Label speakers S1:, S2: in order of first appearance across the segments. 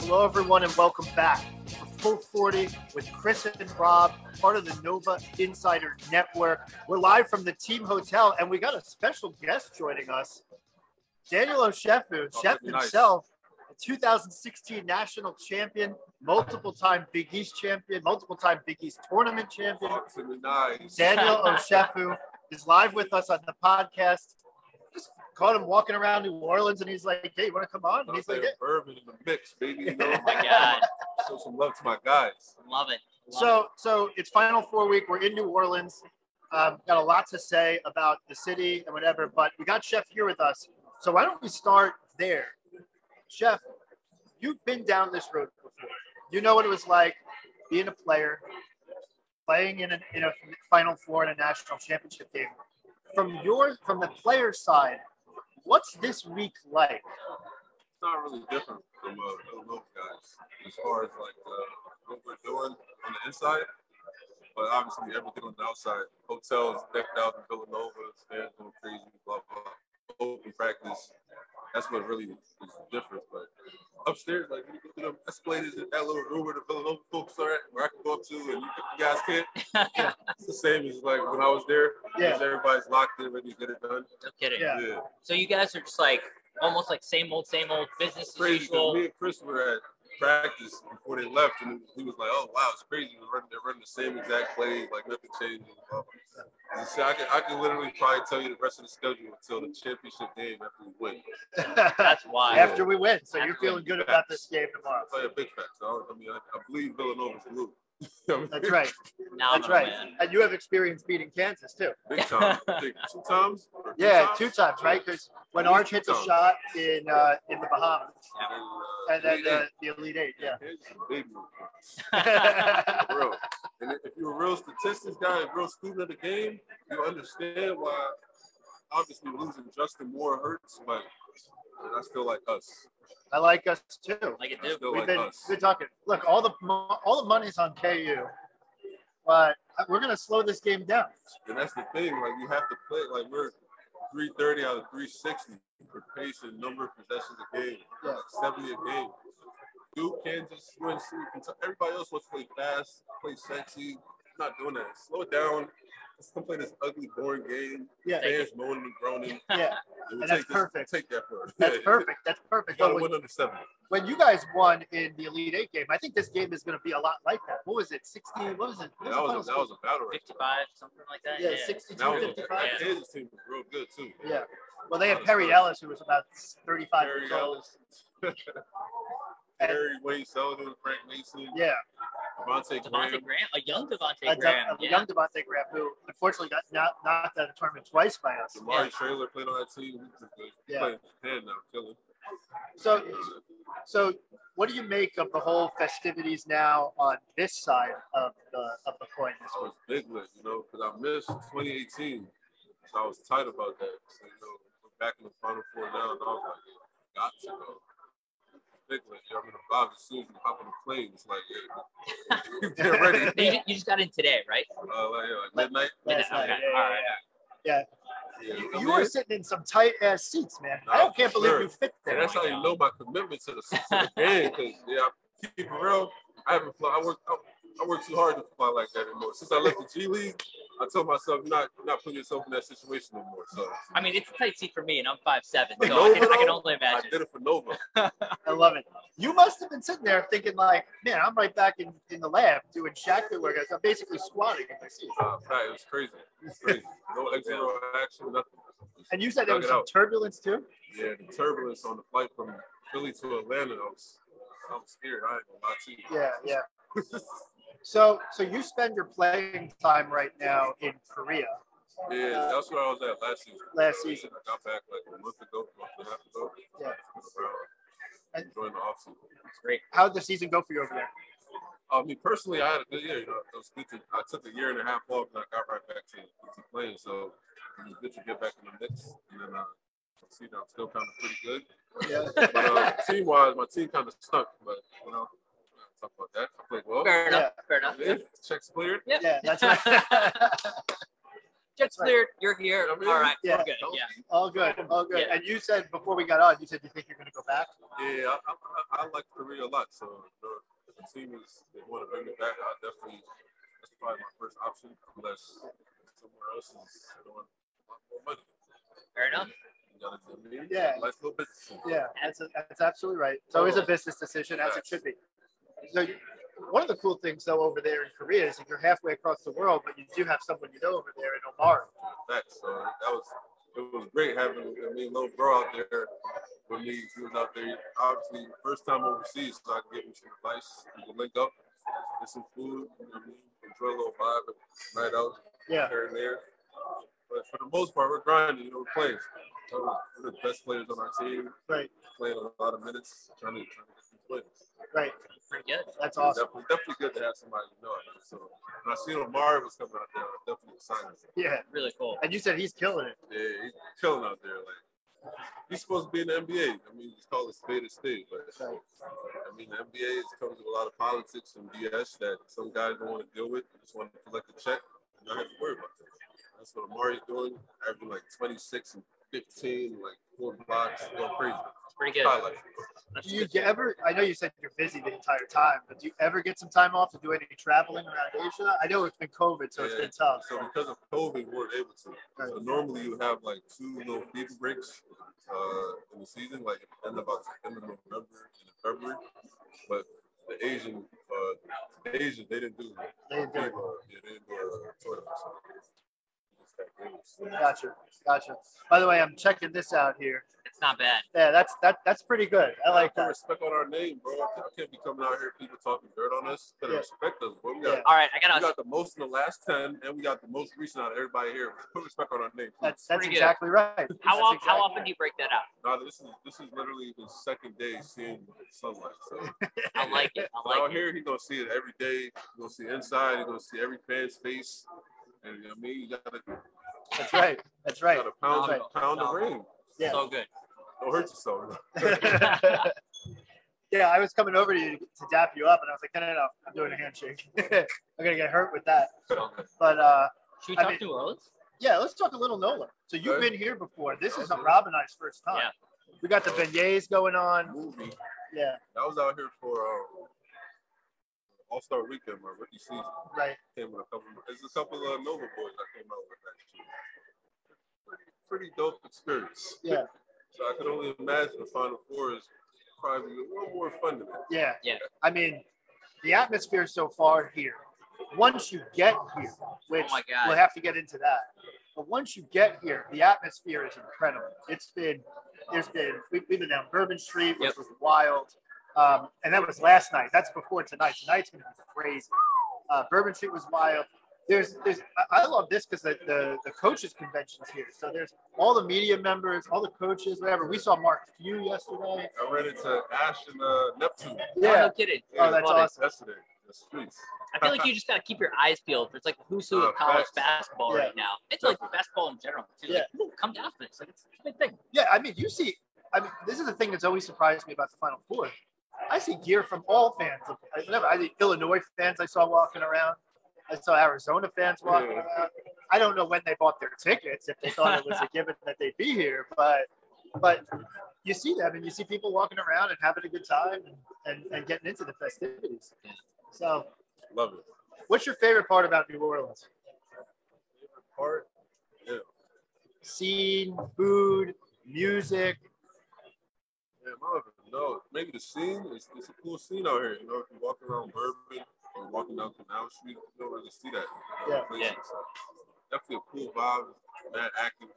S1: Hello, everyone, and welcome back to Full 40 with Chris and Rob, part of the Nova Insider Network. We're live from the team hotel, and we got a special guest joining us Daniel O'Sheffu,
S2: Oh,
S1: chef
S2: nice.
S1: himself, a 2016 national champion, multiple time Big East champion, multiple time Big East tournament champion.
S2: Fucking nice.
S1: Daniel O'Sheffu is live with us on the podcast. Just caught him walking around New Orleans, and he's like, Hey, you want to come on? And he's
S2: He's
S1: like,
S2: like
S1: yeah.
S2: bourbon in the mix, baby. You know?
S1: Oh
S3: my God.
S2: Show some love to my guys.
S3: Love it. Love
S1: So, so it's Final Four week. We're in New Orleans. Um, got a lot to say about the city and whatever, but we got Chef here with us. So why don't we start there, Chef? You've been down this road before. You know what it was like being a player, playing in a, in a Final Four in a national championship game. From your from the player side, what's this week like?
S2: It's not really different from uh, Illinois guys as far as like uh, what we're doing on the inside, but obviously everything on the outside. Hotels decked out in Villanova, fans going crazy, blah blah. Open practice. That's what really is different. But upstairs, like you look at them escalators in that little room where the Villanova folks are at, where I can go up to, and you guys can't.
S3: it.
S2: It's the same as like when I was there.
S1: Yeah.
S2: Because everybody's locked in, ready to get it done.
S3: no kidding.
S1: Yeah.
S3: So you guys are just like almost like same old, same old business
S2: It's
S3: as
S2: crazy. 'cause Me
S3: usual.
S2: and Chris were at practice before they left, and he was like, "Oh wow, it's crazy. We're running, they're running the same exact play, like nothing changed." And so I can I can literally probably tell you the rest of the schedule until the championship game after we win.
S3: That's why.
S1: After we win, so you're feeling good about this game tomorrow.
S2: I'll tell you a big fact. I, don't- I mean, I, I believe Villanova's blue. I mean,
S1: That's right.
S3: Now
S1: That's right. And you have experience beating Kansas too.
S2: Big time. I think two times. or
S1: Yeah, two times, right? Because when
S2: At least
S1: Arch
S2: two
S1: hit the
S2: times.
S1: shot in uh, in the Bahamas, and
S2: And, uh,
S1: then
S2: Elite
S1: uh,
S2: Eight.
S1: the Elite Eight, yeah.
S2: Kansas is a big For real. And if you're a real statistics guy, a real student of the game, you understand why obviously losing Justin Moore hurts, but that's still like us.
S1: I like us too.
S3: like it
S2: That's
S3: do.
S2: still
S1: We've
S2: like
S1: been
S2: us.
S1: good talking. Look, all the mo- all the money's on KU, but we're gonna slow this game down.
S2: And that's the thing, like you have to play like we're 330 out of 360 for pace and number of possessions a game,
S1: Yeah.
S2: like 70 a game. Duke, Kansas, UNC, Kentucky, everybody else wants to play fast, play sexy. I'm not doing that. Slow it down. Let's come play this ugly, boring game.
S1: Yeah,
S2: Fans moaning and groaning.
S1: yeah. And
S2: We'll take
S1: that's
S2: this-
S1: perfect.
S2: Take that for us.
S1: That's
S2: Yeah.
S1: perfect. That's
S2: You
S1: perfect.
S2: got
S1: But
S2: a
S1: when,
S2: win under seven.
S1: when you guys won in the Elite Eight game, I think this game is gonna be a lot like that. What was it? Sixty? What was it? What
S2: That
S1: the
S2: was a, that
S1: final
S2: was a battle right
S3: 55, something like that.
S1: score?
S3: Yeah.
S1: yeah, 62,
S2: there. That was a,
S1: 55.
S2: that Kansas team was real good too.
S1: Yeah. Well, they had Perry Ellis, who was about 35 years
S2: Oh, Perry
S1: old. And-
S2: Harry Wade Sullivan, Frank Mason,
S1: Yeah,
S2: Devontae Graham.
S3: Devontae Graham, a young
S1: a,
S3: Devontae
S1: De-
S3: Graham.
S1: a
S3: Yeah.
S1: young Devontae Graham, who unfortunately got not knocked out of the tournament twice by us.
S2: Damari
S3: Yeah.
S2: Trailer played on that team. He's just good. He's
S1: Yeah.
S2: playing his hand now, killing.
S1: So, so what do you make of the whole festivities now on this side of the of the coin this
S2: I
S1: week?
S2: was big lit, you know, because I missed 2018. So I was tight about that. So, you know, we're back in the final four now, and I was like, got to go. Big lit. You know, I'm in the vibe as soon as you hop on the plane. It's like, yeah, get ready.
S3: You, ju- you just got in today, right?
S2: Uh, like, yeah, like midnight.
S1: Last night,
S3: okay.
S1: yeah,
S3: All
S1: yeah,
S3: right.
S1: yeah.
S2: Yeah,
S1: You,
S2: I
S1: you
S2: mean,
S1: were sitting in some tight ass seats, man. I
S2: Nah,
S1: don't can't
S2: Oh, for
S1: believe
S2: sure.
S1: you fit
S2: and
S1: there.
S2: that's how you know my commitment to the, to the game. Cause yeah, I keep it real. I haven't flown. I work. I, I work too hard to fly like that anymore. Since I left the G League, I told myself not not putting yourself in that situation no more. So
S3: I mean, it's a tight seat for me, and I'm 5'7, so I
S2: Nova,
S3: can, I can
S2: though?
S3: only
S2: I
S3: imagine.
S2: did it for Nova.
S1: I love it. You must have been sitting there thinking like, man, I'm right back in, in the lab doing shackle workouts. I'm basically squatting in my seat.
S2: Uh, right, it was crazy. It was crazy. No exit row action, nothing.
S1: And you said there
S2: Knock
S1: was
S2: it
S1: some
S2: out.
S1: turbulence too.
S2: Yeah, the turbulence on the flight from Philly to Atlanta. I was, I was scared. I ain't gonna lie to you.
S1: Yeah, yeah. So, so you spend your playing time right now in Korea
S2: Yeah, that's where I was at last season.
S1: Last season.
S2: I got back like a month ago, month and a half ago.
S1: Yeah.
S2: Yeah. Enjoying the offseason.
S3: It's great.
S1: how did the season go for you over there?
S2: I mean, Uh, personally, I had a good year. You know, it was good to, I took a year and a half off and I got right back to, to playing. So It was good to get back in the mix. And then uh, see that I'm still kind of pretty good.
S1: Yeah.
S2: But uh, team wise, my team kind of stunk. But, you know, talk about that. I played well.
S3: Fair enough. Fair enough.
S2: Yeah, checks cleared.
S3: Yep.
S1: Yeah, that's right.
S3: Just
S1: right.
S3: cleared. You're here.
S2: Yeah, I mean,
S3: All right.
S1: yeah.
S3: We're good. Yeah.
S2: Healthy.
S1: all good. All good.
S3: Yeah.
S1: And you said before we got on, you said you think you're going to go back.
S2: Yeah, I, I, I like Korea a lot. So you know, if the team is they want to bring me back, I definitely that's probably my first option unless somewhere else is doing a lot more money.
S3: Fair enough.
S2: You gotta do me.
S1: Yeah.
S2: Nice little business.
S1: Yeah, that's, that's absolutely right. It's always a business decision, as it should be. So, you, one of the cool things though over there in Korea is that you're halfway across the world, but you do have someone you know over there in Oman.
S2: That so that was it was great having I mean little bro out there with me. He was out there obviously first time overseas, so I could give him some advice. We could link up, get some food, you know what I mean? Enjoy a little vibe and night out.
S1: Yeah,
S2: here and there. But for the most part, we're grinding. You know, we're playing. We're the best players on our team,
S1: right,
S2: playing a lot of minutes, trying to, trying to get some wins.
S1: right.
S3: Pretty good.
S1: That's awesome.
S2: Definitely, definitely good to have somebody you know. out there. So when I seen Omar was coming out there, I definitely excited.
S1: Yeah,
S3: Really cool.
S1: and you said he's killing it.
S2: Yeah, he's chilling out there. Like he's supposed to be in the NBA. I mean, it's called a spade a spade. But
S1: Right.
S2: I mean, the NBA is comes with a lot of politics and BS that some guys don't want to deal with. They just want to collect a check and not have to worry about it. That's what Amari's doing, averaging like 26 and 15, like four blocks, going crazy.
S3: It's pretty good.
S2: Highlight.
S3: That's
S1: Do you
S3: good.
S1: get ever? I know you said you're busy the entire time, but do you ever get some time off to do any traveling around Asia? I know it's been COVID, so it's been tough.
S2: So because of COVID, we weren't able to. So normally you have like two little FIFA breaks uh, in the season, like end of Oct- end of November and in February. But the Asian, uh, the Asian, they didn't do.
S1: They didn't do it.
S2: FIFA, Yeah, they uh, didn't do a tournament. So it's that great.
S1: Gotcha, gotcha. By the way, I'm checking this out here.
S3: It's not bad.
S1: Yeah, that's that. That's pretty good. I like
S2: Put
S1: that.
S2: respect on our name, bro. I can't be coming out here, people talking dirt on us. Gotta
S1: Yeah.
S2: respect us, bro. We got,
S3: All right. I
S2: we
S3: got to
S2: got the most in the last ten, and we got the most recent out of everybody here. Put respect on our name. please.
S1: That's that's
S3: Pretty good.
S1: exactly right.
S3: How,
S1: That's
S3: often?
S1: exactly
S3: how often
S1: right.
S3: do you break that out?
S2: Nah, this is this is literally his second day seeing sunlight. So
S3: I like it. I
S2: But out
S3: like it.
S2: here, he's gonna see it every day. He's gonna see inside. He's gonna see every fan's face. And you know what I mean, you gotta, you
S1: That's right. That's right.
S2: gotta pound,
S1: Right.
S2: pound the
S3: No.
S2: ring.
S1: Yeah.
S3: So good.
S2: Don't hurt yourself.
S1: yeah, I was coming over to you to dap you up, and I was like, no, no, no, I'm doing a handshake. I'm gonna get hurt with that.
S3: So good.
S1: But uh,
S3: Should we
S1: I
S3: talk
S1: mean-
S3: New Orleans?
S1: yeah, let's talk a little Nolan. So you've
S2: Okay.
S1: been here before. This is
S2: Okay.
S1: Rob and I's first time. We got the beignets going on.
S2: Movie.
S1: Yeah,
S2: I was out here for um, All Star Weekend, my rookie season.
S1: right.
S2: Came with a couple. There's a couple of Nova boys that came out with that shit. Pretty, pretty dope experience.
S1: Yeah,
S2: So I could only imagine the Final Four is probably a little more fun than that.
S1: yeah,
S3: Yeah.
S1: I mean, the atmosphere so far here. Once you get here, which
S3: Oh my God.
S1: we'll have to get into that. But once you get here, the atmosphere is incredible. It's been, there's been, we, we've been down Bourbon Street, which
S3: Yep.
S1: was wild. Um, and that was last night. That's before tonight. Tonight's going to be crazy. Uh, Bourbon Street was wild. There's, there's, I I love this because the, the, the coaches' convention's here. So there's all the media members, all the coaches, whatever. We saw Mark Few yesterday.
S2: I ran into Ash and uh, Neptune.
S3: Oh,
S1: Yeah.
S3: no kidding.
S1: Oh, that's
S3: Love it.
S1: awesome.
S2: Yesterday, in the streets.
S3: I feel like you just gotta keep your eyes peeled. It's like the who's who
S2: Uh,
S3: of college
S2: facts.
S3: basketball
S1: Yeah.
S3: right now. It's like basketball in general. Too. Like, ooh, come down for this. Like it's a big thing.
S1: Yeah, I mean, you see, I mean, this is the thing that's always surprised me about the Final Four. I see gear from all fans. I, never, I see Illinois fans I saw walking around. I saw Arizona fans walking
S2: Yeah.
S1: around. I don't know when they bought their tickets if they thought it was a given that they'd be here, but but you see them and you see people walking around and having a good time and, and, and getting into the festivities.
S3: Yeah.
S1: So,
S2: Love it.
S1: what's your favorite part about New Orleans?
S2: Part. Yeah.
S1: Scene, food, music.
S2: Man, I don't even know. Maybe the scene is it's a cool scene out here. You know, if you walk around Bourbon or walking down Canal Street, you don't really see that. in other
S1: Yeah.
S2: places. Definitely a cool vibe. Mad active.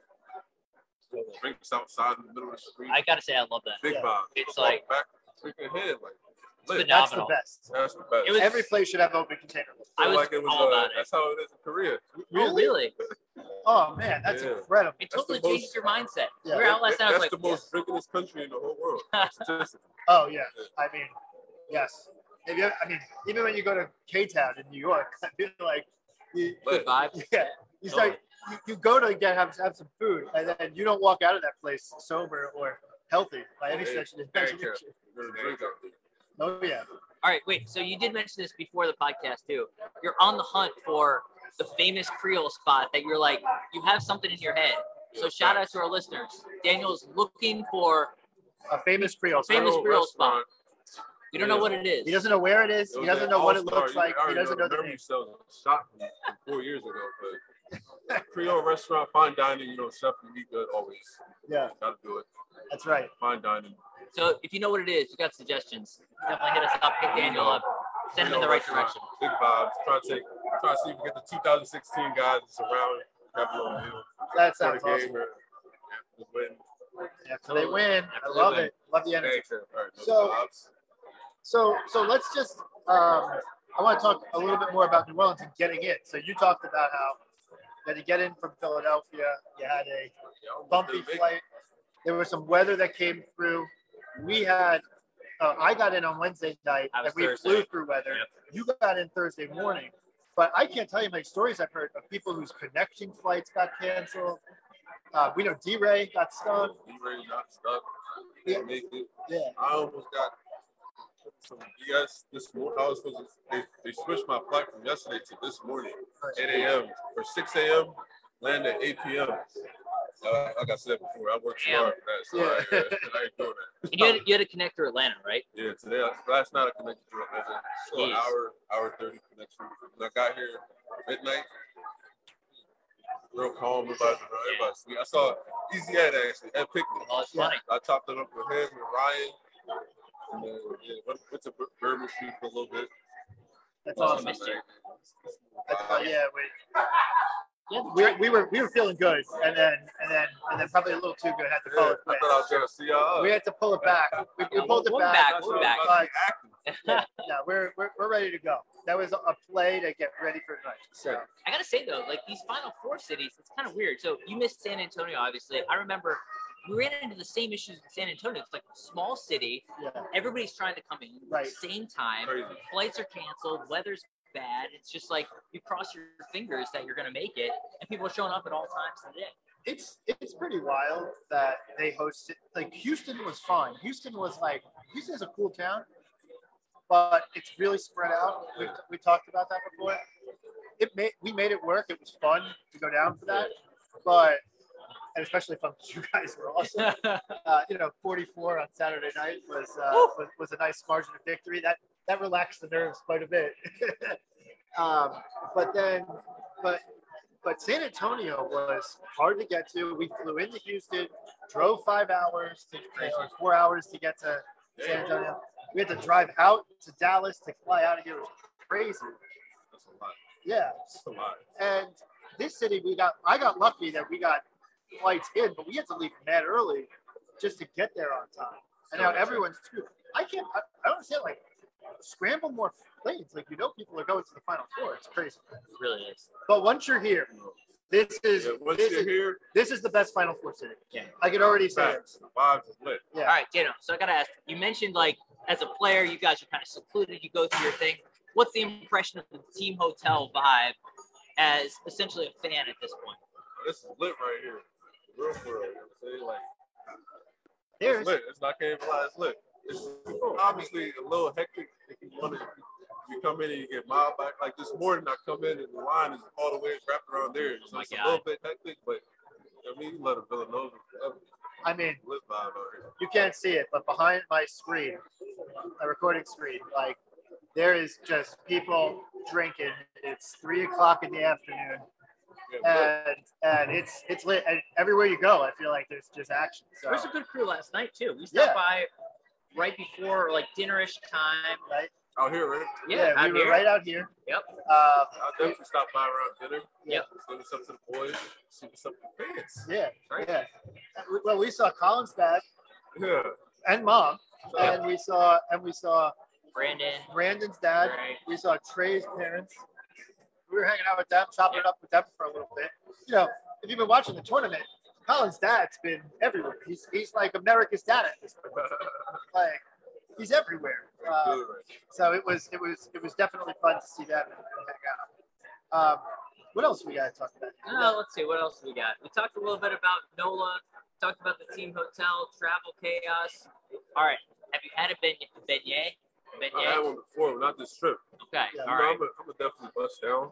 S2: Drinks outside in the middle of the street.
S3: I gotta say I love that.
S2: Big
S1: Yeah.
S2: vibe.
S3: It's
S2: Walk
S3: like-
S2: back, freaking head, like lit.
S3: phenomenal.
S1: That's the best.
S2: That's the best.
S3: It was-
S1: Every place should have open container.
S3: I was
S2: like it was
S3: all
S2: uh,
S3: about it.
S2: That's how it is in Korea.
S3: Oh really?
S1: Oh man, that's
S2: Yeah.
S1: incredible.
S3: It
S2: That's
S3: totally
S2: the most-
S3: changes your mindset.
S1: Yeah.
S3: We were out last night. I was
S2: That's
S3: like,
S2: the most drinkingest country in the whole world. Statistically.
S1: Oh yeah, I mean, yes. If you, I mean, even when you go to K Town in New York, I feel like you,
S3: good vibe.
S1: yeah, you start you, you go to get have, have some food and then you don't walk out of that place sober or healthy by any stretch of the
S2: Very
S1: imagination.
S2: You're gonna drink out there.
S1: Oh yeah.
S3: All right, wait. So you did mention this before the podcast too. You're on the hunt for the famous Creole spot that you're like you have something in your head. So
S2: Yeah,
S3: shout out
S2: facts.
S3: to our listeners. Daniel's looking for.
S1: A famous Creole. spot.
S3: Famous
S2: Creole
S3: Creole spot.
S2: restaurant.
S3: We don't know what it
S1: He
S3: is.
S1: doesn't know where it is.
S2: It
S1: He
S2: was
S1: doesn't
S2: at
S1: know what it
S2: All-Star.
S1: looks
S2: You
S1: like. He
S2: already
S1: doesn't know the
S2: memory
S1: name.
S2: sells a shot from four years ago, but Creole restaurant, fine dining, you know, chef and eat good always.
S1: Yeah,
S2: Gotta do it.
S1: that's right.
S2: Fine dining.
S3: So if you know what it is, you got suggestions. Definitely hit us up. Hit Daniel up. Send him in
S2: Creole
S3: the right
S2: restaurant,
S3: direction.
S2: Big vibes. Try to take, try to see if we get the 2016 guys that's around. Have a little meal.
S1: That
S2: before
S1: sounds
S2: the game
S1: awesome.
S2: or after the win.
S1: After they win, I
S3: After they
S1: love
S3: win.
S1: it. Love the energy.
S2: Thanks, all right, no
S1: So-
S2: vibes.
S1: So, so let's just. Um, I want to talk a little bit more about New Orleans and getting in. So you talked about how you had to get in from Philadelphia. You had a
S2: Y'all
S1: bumpy
S2: didn't make it.
S1: flight. There was some weather that came through. We had, uh, I got in on Wednesday night,
S3: I
S1: and
S3: was
S1: we
S3: Thursday.
S1: flew through weather.
S3: Yep.
S1: You got in Thursday morning, but I can't tell you how many stories I've heard of people whose connection flights got canceled. Uh, we know D Ray got stung.
S2: We ready, not stuck.
S1: Yeah.
S2: Didn't make it.
S1: Um, Yeah,
S2: I almost got some BS this morning. I was supposed to, they, they switched my flight from yesterday to this morning, 8 a.m. or 6 a.m. Land at 8 p.m. Uh, like I said before, I work too
S3: Damn.
S2: hard for that, so I, ain't- I ain't doing that.
S3: And you had, you had to connect to Atlanta, right?
S2: Yeah, today, I- last night I connected to Atlanta. So an
S3: Jeez.
S2: hour, hour 30 connection. When I got here midnight, real calm, everybody's everybody's sweet. I saw Easy Ed actually, Ed Pickman.
S3: Oh, it's
S1: Yeah.
S3: funny.
S2: I topped it up with him and Ryan. And then, yeah, went, went to Bir- Bourbon Street for a little bit.
S1: that's
S3: Well,
S1: awesome.
S3: missed you.
S1: I thought, yeah, we, we, we were we were feeling good, and then and then and then probably a little too good. Had to
S2: Yeah,
S1: pull it
S2: I
S1: back.
S2: thought I was gonna see y'all.
S1: We had to pull it back. We, we pulled it
S3: We're
S1: back.
S3: back, we're back.
S2: About to be active.
S1: Yeah, we're, we're, we're ready to go. That was a play to get ready for tonight. So
S3: I gotta say though, like these final four cities, it's kind of weird. So you missed San Antonio, obviously. I remember we ran into the same issues in San Antonio. It's like a small city,
S1: yeah,
S3: everybody's trying to come in
S1: Right.
S3: same time.
S2: Crazy.
S3: Flights are canceled, weather's bad. It's just like you cross your fingers that you're gonna make it, and people are showing up at all times of the day.
S1: it's it's pretty wild that they hosted. Like Houston was fun. Houston was like Houston's a cool town, but it's really spread out. We we talked about that before. It made we made it work. It was fun to go down for that, but and especially fun 'cause you guys were awesome. uh, you know, 44 on Saturday night was, uh, was was a nice margin of victory. That that relaxed the nerves quite a bit. um, but then, but but San Antonio was hard to get to. We flew into Houston, drove five hours to or four hours to get to San
S2: Damn,
S1: Antonio. We had to drive out to Dallas to fly out of here. It was crazy.
S2: That's a lot.
S1: Yeah,
S2: That's a lot.
S1: and this city, we got I got lucky that we got flights in, but we had to leave mad early just to get there on time. And now everyone's screwed. I can't. I, I don't understand. Like scramble more planes. Like you know, people are going to the final four. It's crazy.
S3: It really is.
S1: But once you're here, this is
S2: Yeah, once
S1: this
S2: you're
S1: is
S2: here,
S1: this is the best final four city.
S3: Yeah.
S1: I can already say it.
S2: facts. Vibes is lit.
S1: Yeah.
S3: All right, Dano. So I gotta ask. You mentioned like as a player, you guys are kind of secluded. You go through your thing. What's the impression of the team hotel vibe as essentially a fan at this point?
S2: This is lit right here. Real world. You know what I'm saying? Like,
S1: There's
S2: It's lit. It's not can't even lie. It's lit. It's obviously a little hectic if you want to. You come in and you get mobbed back. Like this morning, I come in and the line is all the way wrapped around there.
S3: Oh
S2: So
S3: my
S2: it's
S3: God.
S2: a little bit hectic, but I mean, you let a Villanova uh,
S1: I mean,
S2: lit vibe out here.
S1: you can't see it, but behind my screen, my recording screen, like there is just people drinking. It's three o'clock in the afternoon,
S2: Yeah, lit.
S1: and and it's it's lit. And everywhere you go, I feel like there's just action. So
S3: There's a good crew last night too. We
S1: Yeah.
S3: stopped by right before like dinnerish time.
S1: right,
S2: out here, right?
S3: Yeah, out
S1: we were
S3: here.
S1: right out here.
S3: Yep.
S1: Um,
S2: I'll definitely stop by around dinner.
S1: Yeah.
S2: See what's up to the boys. See what's up to the fans.
S1: yeah,
S3: Right.
S1: yeah. Well, we saw Colin's dad
S2: Yeah.
S1: and mom,
S2: Yeah.
S1: and we saw and we saw
S3: Brandon.
S1: Brandon's dad.
S3: Right.
S1: We saw Trey's parents. We were hanging out with them, chopping it up with them for a little bit. You know, if you've been watching the tournament, Colin's dad's been everywhere. He's, he's like America's dad at this point. Like he's everywhere. Uh,
S2: Good, right?
S1: so it was it was it was definitely fun to see them and hang out. Um, what else we got to talk about?
S3: Uh, let's see what else we got. We talked a little bit about Nola. Talked about the team hotel, travel chaos. All right. Have you had a beignet? Beignet?
S2: I had
S3: beignet?
S2: one before, but not this trip.
S3: Okay.
S1: Uh, Yeah,
S2: You
S3: All
S2: know,
S3: right.
S2: I'm gonna definitely bust down.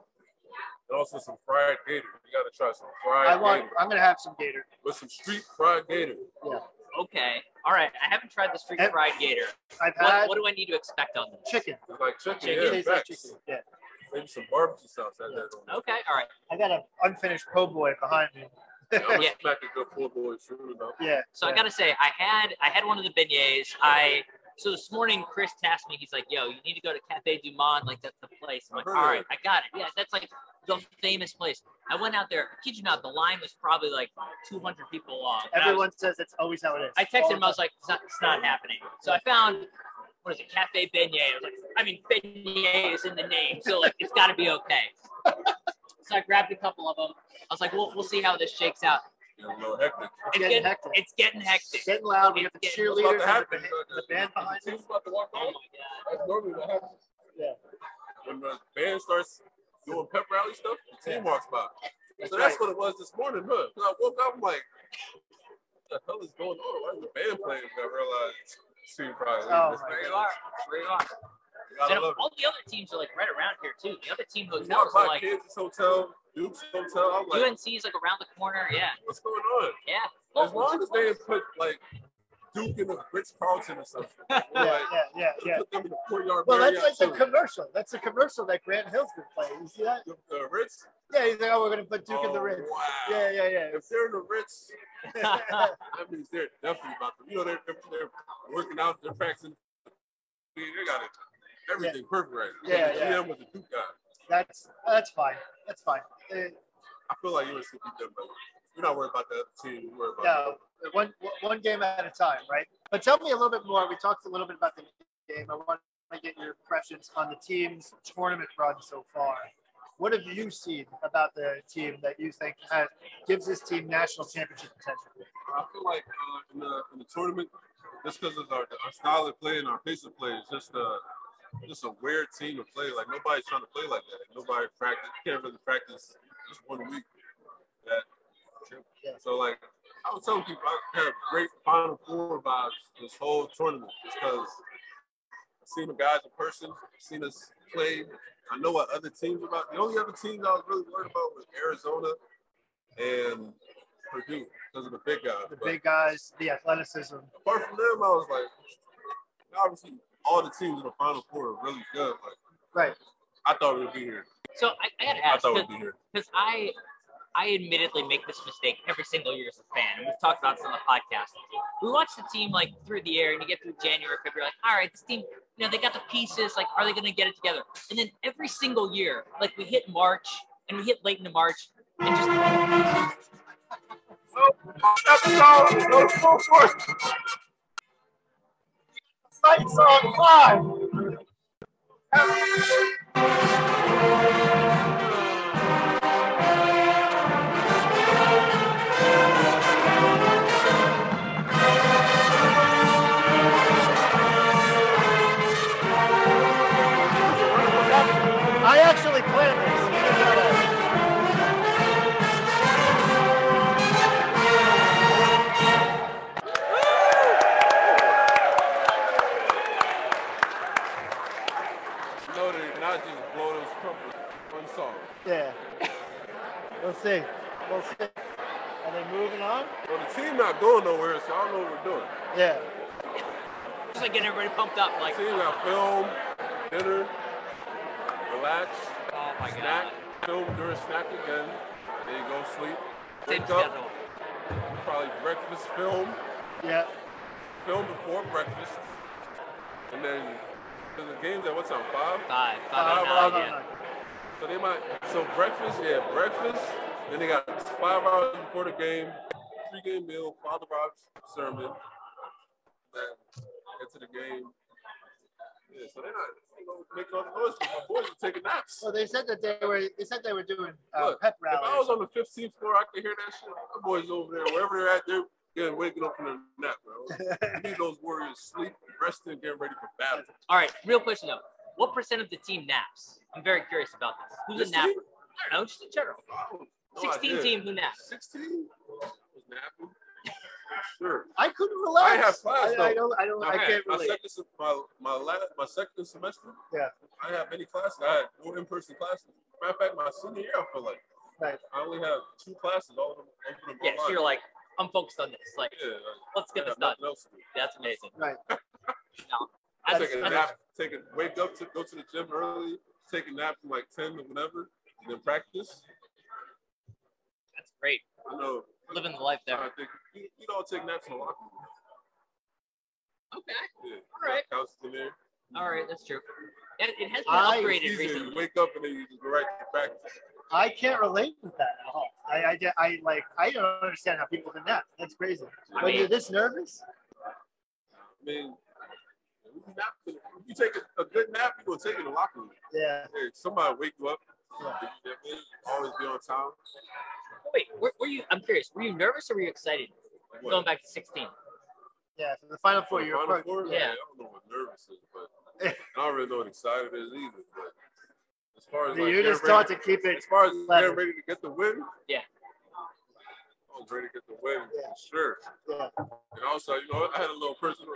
S2: And also some fried gator. You gotta try some fried
S1: I want.
S2: gator
S1: I'm gonna have some gator.
S2: with some street fried gator.
S3: Okay. All right. I haven't tried the street
S1: And-
S3: fried gator.
S1: I've had
S3: What, what do I need to expect on this?
S1: chicken.
S2: It's like chicken,
S3: Chicken.
S2: yeah,
S1: It tastes like
S2: facts.
S1: chicken. Yeah.
S2: Maybe some barbecue sauce. Add that on.
S3: Okay. All right.
S1: I got an unfinished po' boy behind me.
S2: I'm gonna
S3: Oh, Yeah.
S2: smack a good poor boy food up.
S1: Yeah.
S3: So
S1: yeah.
S3: I gotta say, I had I had one of the beignets. I so this morning Chris tasked me. He's like, "Yo, you need to go to Cafe Du Monde. Like that's the place." I'm like, "All right, I got it. Yeah, that's like the famous place." I went out there. I kid you not, the line was probably like 200 people long. And I was-
S1: Everyone says it's always how it is.
S3: I
S1: All
S3: texted
S1: the
S3: him. I was like, it's not, it's not happening. So I found what is it, Cafe Beignet. I was like, I mean, beignet is in the name, so like it's got to be okay. so I grabbed a couple of them. I was like, well, we'll see how this shakes out.
S2: You know, a little hectic.
S3: It's
S1: getting
S3: getting,
S1: hectic.
S3: it's getting hectic.
S1: Getting loud. We got
S3: It's
S1: the
S2: What's
S3: getting-
S1: cheerleaders
S2: about to
S1: and the,
S2: happen?
S1: ba- the band behind
S2: The
S1: us.
S2: team's about to walk
S3: Oh my
S2: off.
S3: god.
S2: That's normally what happens.
S1: Yeah.
S2: When the band starts doing pep rally stuff, the team walks by.
S1: That's
S2: so that's
S1: right.
S2: what it was this morning, huh? 'Cause I woke up, I'm like, what the hell is going on? Why is the band playing? And I realized, see, probably.
S1: Oh,
S2: this
S1: my
S2: band.
S3: There you are. There you are.
S2: You gotta
S3: And
S2: love it.
S3: all the other teams are like right around here too. The other team
S2: You walk
S3: hotels
S2: by
S3: are like
S2: Kansas Hotel, Duke's Hotel. I'm like,
S3: UNC's like around the corner. Yeah,
S2: what's going on?
S3: yeah.
S2: As long as they didn't put like Duke in the Ritz Carlton or something. Like,
S1: Yeah, yeah, yeah, yeah.
S2: Put them in the courtyard.
S1: Well, that's like
S2: Marriott,
S1: the
S2: too.
S1: commercial. That's the commercial that Grant Hill's been playing. You see that?
S2: the, the Ritz.
S1: Yeah, he's like, oh, we're gonna put Duke in the
S2: Oh,
S1: Ritz.
S2: Wow.
S1: Yeah, yeah, yeah.
S2: If they're in the Ritz,
S1: yeah,
S2: that means they're definitely about to. You know, they're they're, they're working out, they're practicing. I mean, They got it. Everything perfect right. now.
S1: Yeah,
S2: the
S1: yeah.
S2: GM was a Duke guy.
S1: that's that's fine. That's fine. Uh,
S2: I feel like UNC beat them, but you're not worried about the other team. You worry about
S1: no, one one game at a time, right? But tell me a little bit more. We talked a little bit about the game. I want to get your impressions on the team's tournament run so far. What have you seen about the team that you think has, gives this team national championship potential?
S2: I feel like uh, in, the, in the tournament, just because of our, our style of play and our pace of play, it's just a just a weird team to play. Like nobody's trying to play like that. Nobody practice. You can't really practice just one week. That
S1: Yeah.
S2: so like I was telling people, I had great Final Four vibes this whole tournament just because I've seen the guys in person, seen us play. I know what other teams about. The only other teams I was really worried about was Arizona and Purdue because of the big guys.
S1: The
S2: But-
S1: big guys, the athleticism.
S2: apart from them, I was like, obviously, all the teams in the Final Four are really good. Like,
S1: Right.
S2: I thought we'd be here.
S3: So I, I gotta
S2: I
S3: ask
S2: thought we'd be here.
S3: because I I admittedly make this mistake every single year as a fan. And we've talked about this on the podcast. We watch the team like through the air and you get through January, February, like, all right, this team, you know, they got the pieces, like, are they gonna get it together? And then every single year, like we hit March and we hit late into March and just
S1: Sights on five. I actually planned this. You didn't know that.
S2: No, they not just blow those trumpets. One song.
S1: Yeah. We'll see. We'll see. Are they moving on?
S2: Well, the team not going nowhere, so I don't know what we're doing.
S1: Yeah.
S3: just like getting everybody pumped up, like,
S2: The team got film, dinner, relax,
S3: oh my god.
S2: snack, film during snack again, then go sleep.
S3: Same
S2: Wake up,
S3: schedule.
S2: probably breakfast film,
S1: Yeah.
S2: film before breakfast, and then 'cause the game's at what time? Five.
S3: Five, five,
S1: Uh,
S3: out of
S1: well,
S3: nine,
S1: no,
S3: yeah.
S1: no.
S2: So they might. So breakfast, yeah, breakfast. Then they got five hours before the game, pre-game meal, Father Rob's sermon. Then get to the game. Yeah, so they're not you know, making all the noise. My boys are taking naps.
S1: Well, they said that they were. They said they were doing uh,
S2: Look,
S1: pep
S2: If I
S1: rallies.
S2: was on the 15th floor, I could hear that shit. My boys over there, wherever they're at, they're getting waking up from their nap, bro. You need those warriors sleep, resting, getting ready for battle.
S3: All right, real question though. What percent of the team naps? I'm very curious about this. Who's
S2: This
S3: a napper?
S2: team,
S3: I don't know, just in general.
S2: I don't- No
S3: 16
S2: idea.
S3: team, who now?
S2: 16? Was Napa? Sure.
S1: I couldn't relax.
S2: I have class,
S1: I, I
S2: though.
S1: don't. I don't. I
S2: had
S1: can't
S2: my
S1: relate.
S2: second, sem- my, my, last, my second semester,
S1: Yeah.
S2: I didn't have many classes. I had more in person classes. Matter of fact, my senior year, I feel like
S1: Right.
S2: I only have two classes, all of them, all of them
S3: Yeah, so
S2: online.
S3: you're like, I'm focused on this. Like,
S2: yeah, like,
S3: let's
S2: I
S3: get this
S2: have
S3: done.
S2: nothing else to do.
S3: That's amazing.
S1: Right.
S3: No,
S2: I
S3: that's,
S2: take a
S3: that's-
S2: nap, take a wake up to go to the gym early, take a nap from like ten to whatever, and then practice.
S3: that's great.
S2: I know.
S3: Living the life
S2: I
S3: there.
S2: think you, you don't take naps in the locker room.
S3: Okay.
S2: Yeah,
S3: All right.
S2: Couch in there.
S3: All right, that's true. It, it has been
S1: I-
S3: upgraded
S2: It's easier.
S3: recently.
S2: You wake up and then you just go right to practice.
S1: I can't relate with that at all. I, I, get- I like. I don't understand how people can nap. That's crazy.
S3: I
S1: when
S3: mean-
S1: you're this nervous,
S2: I mean, if you nap- if you take a, a good nap, you gonna take it in the locker room.
S1: yeah.
S2: Hey, somebody wake you up.
S1: Yeah.
S2: You know what I mean? Always be on time.
S3: Wait, were, were you? I'm curious. Were you nervous or were you excited
S2: What?
S3: going back to 16?
S1: Yeah, for the final four,
S2: The
S1: you're
S2: Final
S1: approach-
S2: Four?
S3: Yeah.
S2: I don't know what nervous is, but I don't really know what excited is either. But as far as like,
S1: you
S2: getting
S1: just taught
S2: ready,
S1: to keep it.
S2: as far as
S1: level.
S2: getting ready to get the win.
S3: Yeah.
S2: I was ready to get the win
S1: Yeah.
S2: for sure.
S1: Yeah.
S2: And also, you know, I had a little personal.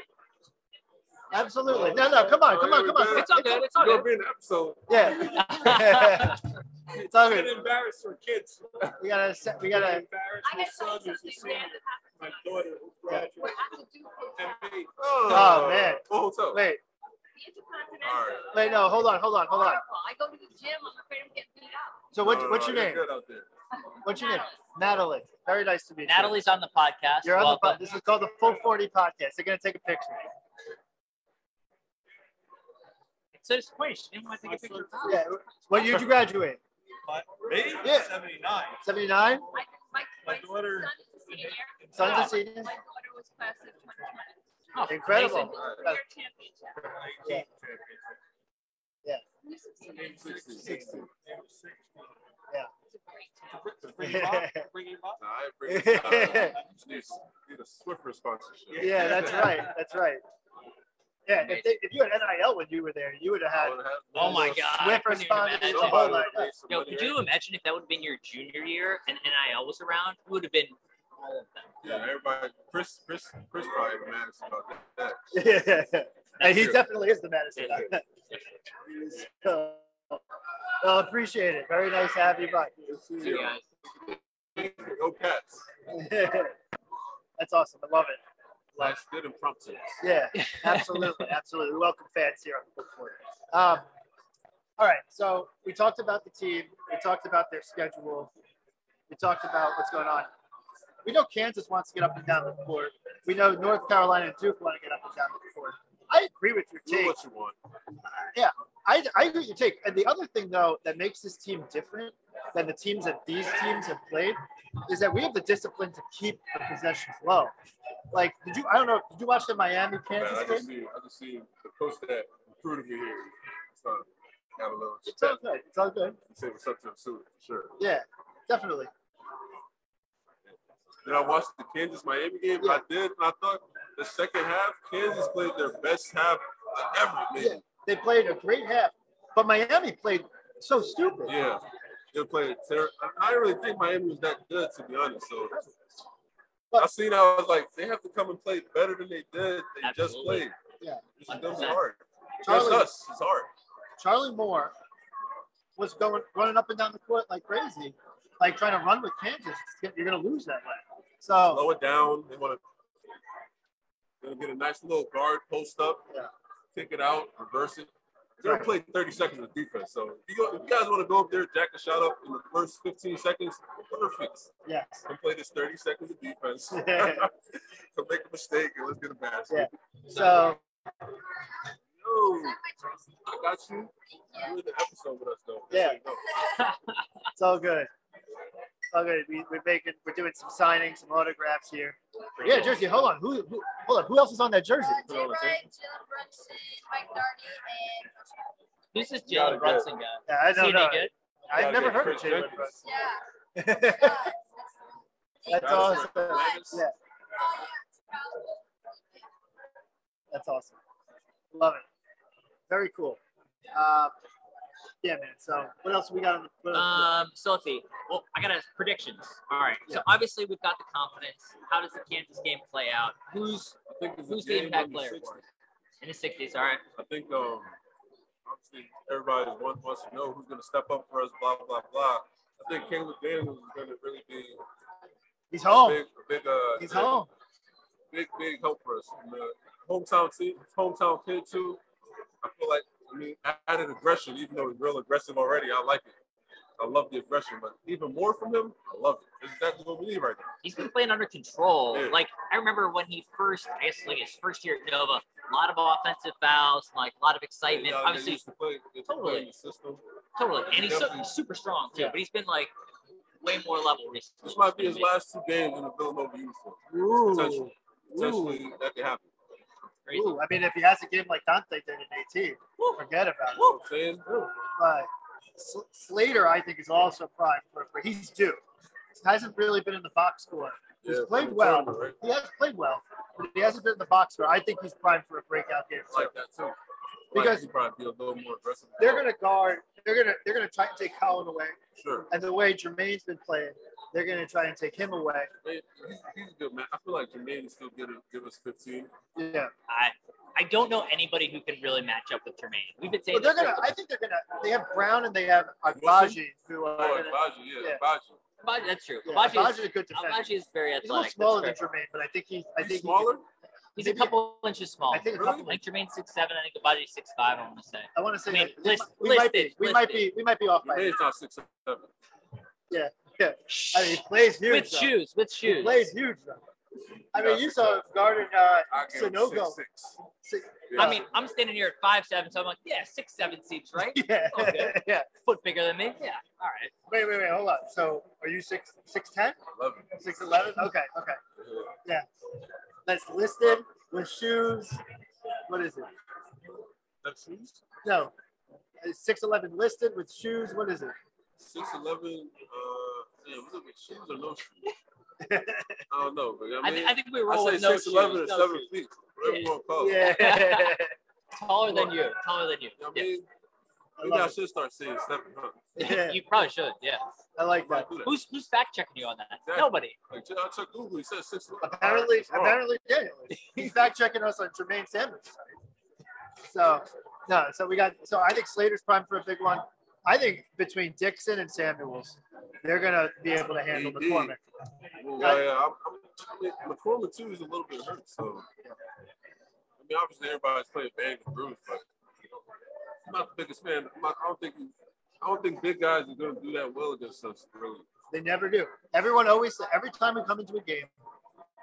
S1: Absolutely. No, no. Come on. Come on. Come on.
S3: It's all good. It's all
S2: you know,
S3: good.
S2: being an episode,
S1: Yeah. it's all
S4: Get
S1: good.
S4: embarrassed for kids.
S1: We gotta. set- We gotta.
S5: I gotta tell you something random
S4: My
S5: happened.
S4: daughter who
S5: We're
S4: graduated.
S5: at the Duke Hotel,
S4: And me.
S2: Oh,
S1: man.
S2: What hotel?
S1: Wait.
S5: the Intercontinental.
S2: All right.
S1: Wait. No. Hold on. Hold on. Hold on.
S5: Horrible. I go to the gym. I'm afraid I'm getting beat up.
S1: So
S2: No,
S1: what,
S2: no,
S1: what's your
S2: you're
S1: name?
S2: Uh, Good out there.
S1: What's your name?
S5: Natalie.
S1: Natalie. Very nice to meet you.
S3: Natalie's on the podcast.
S1: You're on the
S3: Welcome.
S1: pod. This is called the Full 40 Podcast. They're gonna take a picture.
S3: So disappointed. She didn't want to take a
S4: My
S3: picture.
S1: Yeah. What year did you graduate?
S4: My- Me?
S1: Yeah.
S4: 79.
S1: 79.
S5: My, my,
S4: My
S5: my
S4: daughter-
S5: son is a senior.
S1: Sons and seniors.
S5: My daughter was class of 2020.
S3: Oh,
S1: Incredible.
S3: amazing.
S5: Their championship.
S1: Yeah.
S5: Who's the senior?
S4: They were 60. They were 60.
S5: It's a great town.
S4: To bring him up, to bring him up.
S2: Nah, I bring uh, you need, need a Swiffer sponsorship.
S1: Yeah, that's right. That's right. Yeah, if, they, if you had NIL when you were there, you would have
S2: I
S1: had
S2: would have-
S3: Oh my God. I
S1: Swift
S3: couldn't even
S1: responded.
S3: imagine.
S1: Nobody-
S2: Somebody would
S1: Like,
S2: pay some
S3: Yo,
S2: money,
S3: could you
S2: right?
S3: imagine if that would have been your junior year and NIL was around? It would have been all of them.
S2: Yeah, everybody. Chris, Chris, Chris probably mad about that.
S1: and he
S2: true.
S1: definitely is the Madison. so, well, appreciate it. Very nice to have you back.
S3: So, you guys,
S2: Go Cats.
S1: That's awesome. I love it.
S2: Last good impromptu.
S1: Yeah, absolutely, absolutely. We welcome fans here on the Book Corner. Um, all right, so we talked about the team. We talked about their schedule. We talked about what's going on. We know Kansas wants to get up and down the court. We know North Carolina and Duke want to get up and down the court. I agree with your
S2: Do
S1: take.
S2: what you want.
S1: I, I agree with your take. And the other thing, though, that makes this team different than the teams that these teams have played is that we have the discipline to keep the possessions low. Like, did you? I don't know. Did you watch the Miami
S2: Man,
S1: Kansas
S2: I
S1: game?
S2: just see, I just see the coach that recruited me here. So, got a little.
S1: It's all good. It's all good.
S2: Say what's up to him soon, for sure.
S1: Yeah, definitely.
S2: Then I watched the Kansas Miami game. I did, and I thought the second half, Kansas played their best half ever. Man.
S1: They played a great half, but Miami played so stupid.
S2: Yeah. They played terrible. I didn't really think Miami was that good, to be honest. So I seen, I was like, they have to come and play better than they did. They just
S3: Absolutely.
S2: played.
S1: Yeah.
S2: It's gonna be
S3: 100%.
S2: hard. Trust
S1: Charlie,
S2: us. It's hard.
S1: Charlie Moore was going running up and down the court like crazy, like trying to run with Kansas. You're going to lose that way. So
S2: Slow it down. They want to get a nice little guard post up,
S1: Yeah.
S2: kick it out, reverse it. They're gonna play 30 seconds of defense. So if you, go, if you guys want to go up there, jack a shot up in the first 15 seconds, perfect.
S1: yes.
S2: Come play this 30 seconds of defense. Come make a mistake and let's get a basket.
S1: Yeah. So
S2: Yo,
S5: Is that my choice?
S2: I got you.
S5: Thank
S2: You
S5: you.
S2: were in the episode with us though.
S1: Yeah.
S2: You know.
S1: it's all good. It's all good. We, we're making, we're doing some signings, some autographs here. Yeah, Jersey. Hold on. Who, who hold on? Who else is on that jersey?
S5: Uh, Jay Wright, Jalen Brunson, Mike Darty, and
S3: who's this
S2: You gotta go.
S3: Jalen Brunson guy?
S1: Yeah, I
S3: Is he
S1: don't
S3: any
S1: know.
S3: good?
S1: I've
S2: Gotta
S1: never
S2: get
S1: heard of
S2: Chris
S1: Jalen
S2: Jenkins.
S1: Brunson.
S5: yeah.
S1: That's
S5: yeah.
S1: awesome.
S2: That's-
S1: Yeah,
S5: Oh, yeah. it's probably-
S1: that's awesome. Love it. Very cool. Uh, yeah, man. So what else we got? On the, what else
S3: Um, so let's see. Well, I got a predictions. All right. So
S1: Yeah.
S3: obviously we've got the confidence. How does the Kansas game play out? Who's
S2: I think it's a
S3: who's the
S2: game
S3: impact
S2: in
S3: player
S2: 60s.
S3: for us? in the sixties? All right.
S2: I think um, obviously everybody wants, wants to know who's going to step up for us, blah, blah, blah. I think Caleb Daniels is going to really be
S1: He's
S2: a
S1: home.
S2: big, a big, uh,
S1: He's
S2: big,
S1: home.
S2: big, big help for us. And, uh, hometown team, hometown kid too. I feel like, I mean, added aggression, even though he's real aggressive already, I like it. I love the aggression, but even more from him, I love it. It's exactly what we need right now.
S3: He's been playing under control.
S2: Yeah.
S3: Like I remember when he first, I guess like his first year at Nova, a lot of offensive fouls, like a lot of excitement.
S2: Yeah, they
S3: Obviously,
S2: used to play, they used to play in the system.
S3: totally. And he's so,
S2: Definitely.
S3: he's super strong too.
S1: Yeah.
S3: But he's been like way more level recently.
S2: This might be his last two games in a Villanova uniform.
S1: Ooh.
S2: Potentially, potentially that could happen.
S3: Crazy.
S1: Ooh. I mean, if he has a game like Dante did in 18, forget about it.
S2: You know what I'm saying?
S1: But Sl- Slater, I think, is also primed for but he's due. He hasn't really been in the box score. He's
S2: Yeah,
S1: played
S2: from the
S1: well.
S2: tournament, right?
S1: He has played well, but he hasn't been in the box score. I think he's primed for a breakout game.
S2: I like that too.
S1: Because-
S2: Because he'd probably be a little more aggressive.
S1: they're gonna guard. They're gonna they're gonna try and take Colin away,
S2: sure.
S1: and the way Jermaine's been playing, they're gonna try and take him away.
S2: He's, he's a good man. I feel like Jermaine is still gonna give us 15.
S1: Yeah,
S3: I I don't know anybody who can really match up with Tremaine. We've been saying
S1: but they're
S3: this
S1: gonna. I think they're gonna. They have Brown and they have Agbaji, who
S2: Oh,
S1: are. Gonna,
S2: Abaji, yeah,
S1: yeah.
S2: Abaji.
S3: Abaji, that's true.
S1: yeah,
S3: Abaji
S1: Agbaji's
S3: is,
S1: a good defender.
S3: Abaji is very
S1: He's a little
S3: athletic.
S1: smaller than
S3: That's fair.
S1: Jermaine, but I think he. I
S2: He's
S1: think
S2: smaller.
S1: He,
S3: He's a
S1: maybe-
S3: couple inches small.
S1: I think a
S2: Really?
S1: couple.
S3: Like Jermaine's six seven. I think Abaji's six five. I want to say.
S1: I want to say
S3: I mean,
S1: that we
S3: list-
S1: might- we might be
S3: listed,
S1: we might be
S3: listed.
S1: we might be off by.
S2: Jermaine's not six seven.
S1: I mean, he plays huge.
S3: With
S1: though.
S3: shoes, with
S1: He
S3: shoes.
S1: plays huge. Though. I mean,
S2: Yeah.
S1: you saw him guarding. Uh,
S2: I give him
S1: Sonogo.
S2: six, six.
S1: si-
S2: Yeah.
S3: I mean, I'm standing here at five seven, so I'm like, yeah, six seven seems right.
S1: yeah,
S3: Okay.
S1: yeah.
S3: Foot bigger than me. Yeah. All right.
S1: Wait, wait, wait. Hold on. So, are you six six ten?
S2: I love it.
S1: Six eleven? Okay, okay.
S2: Yeah.
S1: That's listed with shoes. What is it?
S2: That's shoes?
S1: No. Uh, Six eleven listed with shoes. What is it?
S2: 6'11, uh, yeah, was it with shoes or no shoes? I don't know, but
S3: I,
S2: I mean,
S3: th- I think we roll
S2: I
S3: with
S2: say
S3: no
S2: 6'11
S3: shoes.
S2: or
S3: no
S2: 7
S3: shoes.
S2: feet, whatever you want to
S3: Oh.
S2: call it.
S1: Yeah.
S3: Taller than you. Taller than
S2: You
S3: you.
S2: know what I
S3: Yeah.
S2: mean?
S1: I
S2: Maybe I
S1: love
S2: should start saying seven, huh?
S1: Yeah.
S3: You probably should. Yeah.
S1: I like
S2: Might
S1: that.
S2: do that.
S3: Who's who's fact checking you on that?
S2: Exactly.
S3: Nobody.
S2: Like, I checked Google. He said six. Oh,
S1: Apparently,
S3: Oh.
S2: It's wrong.
S1: apparently, Daniel. is. He's fact checking us on Jermaine Sanders. So, no. So we got. So I think Slater's prime for a big one. I think between Dixon and Samuels, they're gonna be able to handle
S2: AD.
S1: McCormick.
S2: Well, yeah, yeah. I'm, I'm, I mean, McCormick too is a little bit hurt, so I mean, obviously everybody's playing bang and bruise, but you know, I'm not the biggest fan. I'm not, I don't think he, I don't think big guys are going to do that well against us, really.
S1: They never do. Everyone always every time we come into a game,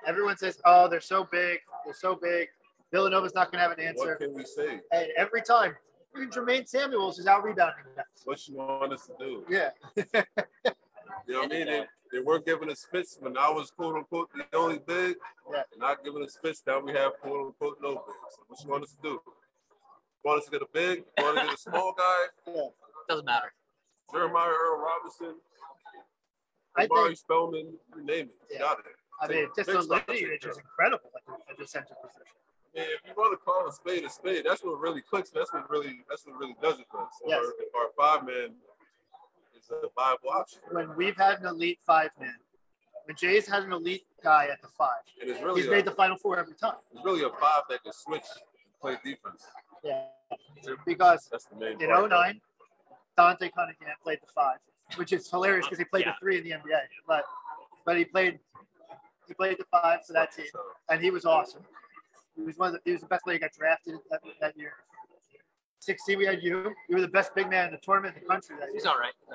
S1: everyone says, "Oh, they're so big. They're so big. Villanova's not going to have an answer."
S2: What can we say?
S1: And every time, freaking Jermaine Samuels is out rebounding us.
S2: What you want us to do?
S1: Yeah,
S2: You know what I mean? They, they were giving us fits when I was quote unquote the only big,
S1: Yeah.
S2: not giving us fits. Now we have quote unquote no bigs. So what you want us to do? Want us to get a big? Want us to get a small guy?
S3: Doesn't matter.
S2: Jeremiah Earl Robinson,
S1: I
S2: Amari
S1: think.
S2: Spellman, you name it,
S1: Yeah.
S2: you got it.
S1: I mean, just the
S2: Big spot.
S1: lineage is incredible at the, at the center position.
S2: Man, if you want to call a spade a spade, that's what really clicks. That's what really that's what really does it for us.
S1: Yes.
S2: Our, our five man is a viable option,
S1: When we've had an elite five man, when Jay's had an elite guy at the five,
S2: and it's really
S1: he's
S2: a,
S1: made the final four every time.
S2: it's really a five that can switch and play defense.
S1: Yeah, because
S2: That's the main
S1: in
S2: part.
S1: 09, Dante Cunningham played the five, which is hilarious because he played
S3: Yeah.
S1: the three in the NBA. But but he played he played the five for that team,
S2: So,
S1: and he was awesome. He was one of the, he was the best player who got drafted that, that year. 16, we had you. You were the best big man in the tournament in the country that year.
S3: He's all right. He's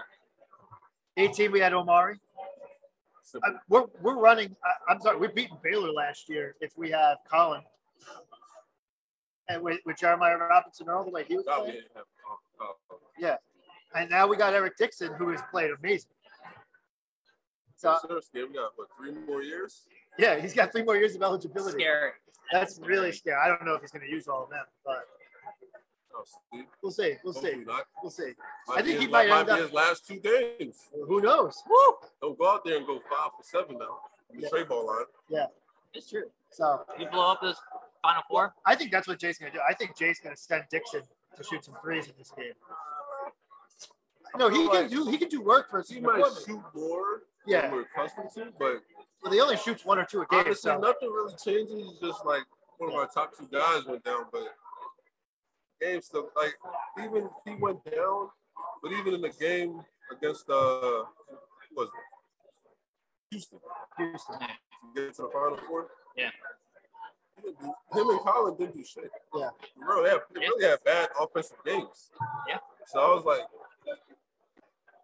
S3: all right.
S1: 18, we had Omari.
S2: simple.
S1: I, we're, we're running. I, I'm sorry, we beat Baylor last year. If we have Colin and with, with Jeremiah Robinson Earl the way he was
S2: God, we
S1: playing,
S2: didn't have, uh, uh,
S1: and now we got Eric Dixon who has played amazing. So
S2: seriously, we got what three more years?
S1: yeah, he's got three more years of eligibility.
S3: Scary.
S1: That's
S3: scary.
S1: really scary. I don't know if he's going to use all of them, but
S2: Oh, see,
S1: we'll see. We'll
S2: hopefully
S1: see.
S2: not.
S1: We'll see.
S2: Might
S1: I think
S2: be
S1: he
S2: his-
S1: might end
S2: be
S1: up-
S2: his last two games.
S1: Who knows?
S3: Woo!
S2: Don't go out there and go five for seven now. The
S1: Yeah.
S2: trade ball line.
S3: It's true.
S1: So
S3: You blow up this final four.
S1: I think that's what Jay's going to do. I think Jay's going to send Dixon to shoot some threes in this game. No, he can do he can do work for a
S2: He
S1: season.
S2: might
S1: appointment.
S2: shoot more than
S1: Yeah,
S2: we're accustomed to, but
S1: well, he only shoots one or two a game.
S2: honestly,
S1: So
S2: nothing really changes. It's just like one of our top two guys went down, but game stuff like even he went down, but even in the game against uh, who was it? Houston,
S1: Houston.
S2: to get to the final four.
S3: Yeah.
S2: He didn't do- Him and Colin didn't do shit.
S1: Yeah.
S2: Bro, they, have, they
S3: Yeah.
S2: really had bad offensive games.
S3: Yeah.
S2: So I was like,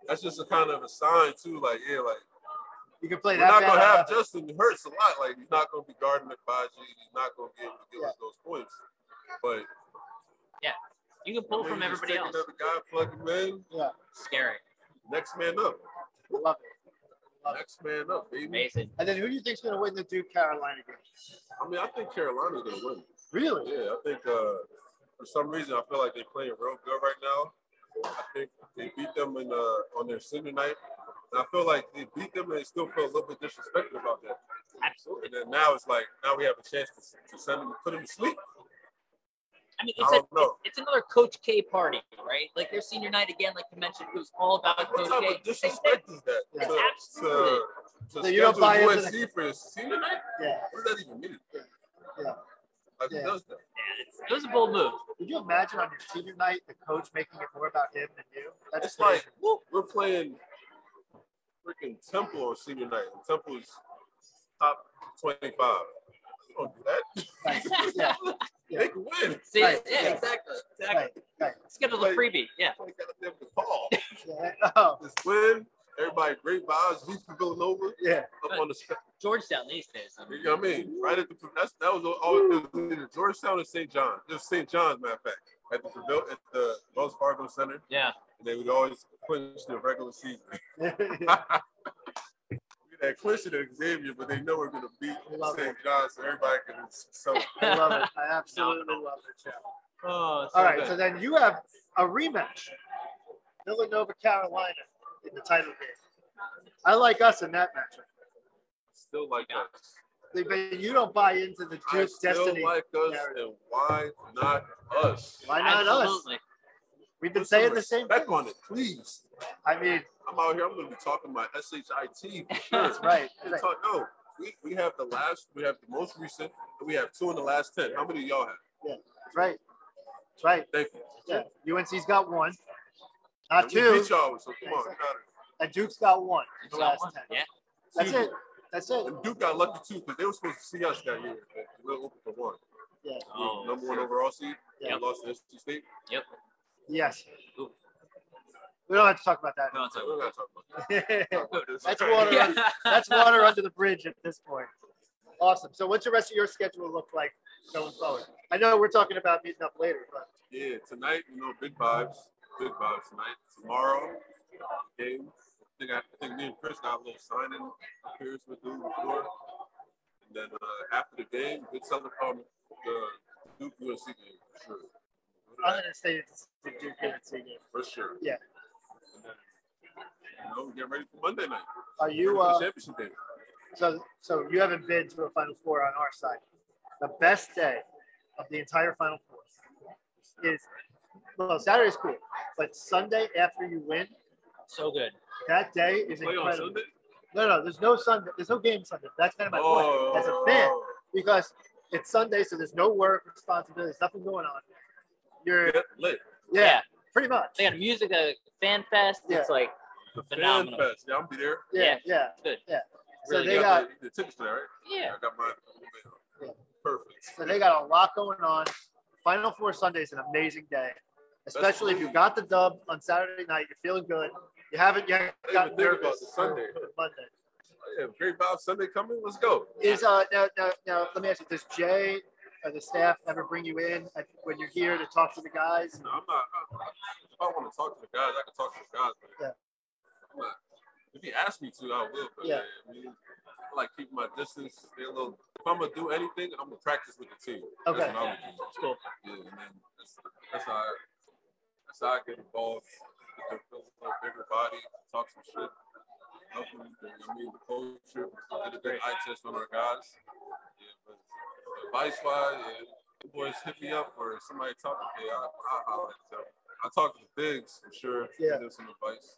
S2: that's just a kind of a sign too. Like, yeah, like
S1: you can play
S2: we're
S1: that.
S2: not
S1: bad
S2: gonna
S1: on
S2: have Justin Hurts a lot. Like he's not gonna be guarding the Baji. He's not gonna be able to give us those points. But
S3: You can pull
S2: when
S3: from
S2: you just
S3: everybody
S2: take
S3: else.
S2: Another guy, plug him in.
S3: Scary.
S2: Next man up.
S1: that. Love it.
S2: Next man up, baby.
S3: Amazing.
S1: And then who do you think's going to win the Duke Carolina game?
S2: I mean, I think Carolina's gonna win.
S1: Really?
S2: Yeah, I think uh, for some reason I feel like they're playing real good right now. I think they beat them in uh, on their Sunday night, and I feel like they beat them and they still feel a little bit disrespected about that.
S3: Absolutely.
S2: And then now it's like now we have a chance to, to send them, put them to sleep.
S3: I mean,
S2: I
S3: it's, a,
S1: Oh.
S2: don't know.
S3: it's another Coach K party, right? Like their senior night again, like you mentioned, it was all about
S2: What
S3: Coach
S2: type
S3: K.
S2: of
S3: Same thing.
S2: disrespect is that?
S1: It's
S2: To-
S3: absolutely-
S2: To, to
S1: So you don't
S2: schedule
S1: buy into
S2: USC for a senior night?
S1: Yeah.
S2: What does that even mean?
S1: Yeah.
S2: Like, who
S1: Yeah.
S2: does that?
S3: Yeah, it's- it was a bold move.
S1: Could you imagine on your senior night the coach making it more about him than you? That's
S2: It's like we're playing freaking Temple on senior night. And Temple's top 25. You don't do that.
S1: Right. yeah. Yeah.
S2: They can win.
S3: See,
S1: Right,
S3: yeah,
S1: yeah.
S3: exactly. Exactly.
S1: Right. Right.
S3: Schedule a
S2: Like-
S3: freebie. Yeah.
S2: Like, goddamn, the call.
S1: Yeah. Oh,
S2: Just win. Everybody great vibes. He's from Villanova
S1: yeah.
S2: up on the spe-
S3: Georgetown these days. I mean,
S2: You know what I mean? Right at the that's that was all it was either Georgetown or St. John. It was St. John's, matter of fact, at the Pavil- at the Wells Fargo Center,
S3: yeah.
S2: and they would always clinch the regular season. we
S1: yeah.
S2: had clinch at Xavier, but they know we're gonna beat
S1: Love
S2: St. John, so everybody can so
S1: I love it. I absolutely love it. Yeah.
S3: Oh, so
S1: All right.
S3: good.
S1: So then you have a rematch Villanova Carolina in the title game. I like us in that matchup.
S2: still like us.
S1: But you don't buy into the
S2: I
S1: Duke
S2: still
S1: destiny.
S2: like us,
S1: narrative.
S2: and why not us?
S1: Why not us?
S3: Absolutely.
S1: We've been
S2: Put some
S1: saying the same.
S2: respect on it, please.
S1: I mean,
S2: I'm out here. I'm gonna be talking my shit for sure.
S1: that's right.
S2: We
S1: Right.
S2: talk- no, we, we have the last, we have the most recent, and we have two in the last 10. How many do y'all have?
S1: That's right. That's right.
S2: Thank you.
S1: Yeah. UNC's got one, not
S2: And We
S1: two,
S2: beat y'all, so come on. we
S1: and Duke's got one. in the
S3: So,
S1: last 10.
S3: yeah.
S1: That's
S2: got
S1: it.
S2: it.
S1: That's it.
S2: And Duke got lucky too, because they were supposed to see us that year. but We were open for one.
S1: Yeah.
S2: We were
S3: Oh,
S2: number one overall seed.
S1: Yep.
S2: We lost to NC State.
S3: Yep.
S1: Yes.
S3: Ooh.
S1: We don't have to talk about that.
S3: No, it's
S2: So we're not talking about
S1: That's
S2: that.
S1: That's
S2: Okay.
S1: water.
S3: Yeah.
S1: water under the bridge at this point. Awesome. So, what's the rest of your schedule look like going forward? I know we're talking about meeting up later, but
S2: Yeah, tonight, you know, big vibes. Big vibes tonight. Tomorrow, game. I think, I, I think me and Chris got a little signing appearance with Duke before. And then uh, after the game, good celebration. Um, the Duke UNC game, for sure.
S1: I'm going to say it's the Duke UNC game.
S2: For sure.
S1: Yeah.
S2: And then, you know, get ready for Monday night.
S1: Are
S2: Ready
S1: you?
S2: for the
S1: Uh,
S2: championship game.
S1: So, so you haven't been to a Final Four on our side. The best day of the entire Final Four is well, Saturday's cool, but Sunday after you win,
S3: So good.
S1: that day is
S2: Play on
S1: incredible.
S2: Sunday?
S1: No, no, there's no Sunday. There's no game Sunday. That's kind of my
S2: Oh.
S1: point as a fan because it's Sunday, so there's no work responsibilities, nothing going on. You're yeah,
S2: Get lit.
S1: pretty much.
S3: They got music, a fan fest. It's like,
S2: The fan
S3: Phenomenal.
S2: fest. Yeah, I'll be there.
S1: Yeah, yeah,
S3: good.
S1: yeah. So
S3: Really
S1: they
S2: You
S1: got
S2: the, the tickets there, right?
S3: Yeah.
S2: I got mine.
S1: Yeah.
S2: Perfect.
S1: So they got a lot going on. Final Four Sunday is an amazing day, especially if you got the dub on Saturday night. You're feeling good. You haven't yet
S2: I didn't
S1: gotten
S2: even think about
S1: nervous
S2: the Sunday.
S1: for Monday.
S2: Oh, yeah, great vibe. Sunday coming. Let's go.
S1: Is uh now, now now let me ask you: Does Jay or the staff ever bring you in at- when you're here to talk to the guys?
S2: No, I'm not. I, I, if I want to talk to the guys, I can talk to the guys. But
S1: Yeah.
S2: I'm not, if you ask me to, I will. But
S1: Yeah.
S2: yeah. I, mean, I like keeping my distance. Stay a little. If I'm gonna do anything, I'm gonna practice with the team. That's
S1: Okay.
S2: what I'm gonna do.
S3: cool.
S2: Yeah, and then that's, that's how I, that's how I get involved. With the, with the bigger body, talk some shit. Helping the, I mean, the culture, get a good eye test on our guys. Yeah, but advice wise, yeah, the boys hit me up or somebody talking, yeah, I, I, I, I talked to the bigs for sure.
S1: Yeah.
S2: He did some advice.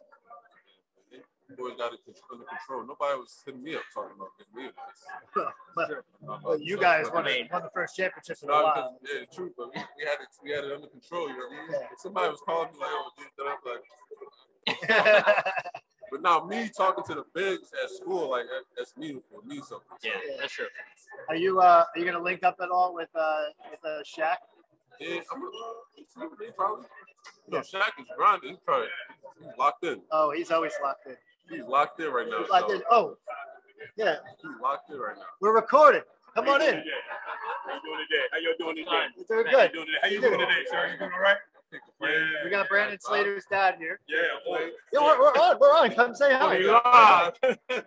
S2: Boys got it contr- under control. Nobody was hitting me up talking about getting me advice.
S1: But,
S2: Not about
S1: but you
S2: themselves,
S1: guys
S2: but-
S1: won, the- won the first championships in a
S2: No,
S1: while.
S2: because, yeah, it's true, but we, we had it we had it under control. You know what I mean?
S1: Yeah.
S2: If somebody was calling me like, "Oh, dude," that I'm like, but now me talking to the bigs at school, like that, that's meaningful. It means something.
S3: Yeah, that's true.
S1: are you uh, are you gonna link up at all with uh, with uh, Shaq?
S2: Yeah, I'm, they probably. No, Shaq is grinding. He's probably he's locked in.
S1: Oh, he's always locked in.
S2: He's locked in right now.
S1: He's locked
S2: so
S1: in. Oh, yeah,
S2: He's locked in right now.
S1: we're recording. Come on in.
S4: How you doing today? How you doing today?
S3: Fine.
S1: We're doing good.
S4: doing today? How
S1: you doing
S4: today, sir? You doing all right? Yeah.
S1: We got Brandon Slater's dad here.
S4: Yeah, boy.
S1: Yeah, we're, we're on. We're on. Come say
S4: Oh,
S1: hi.
S4: God.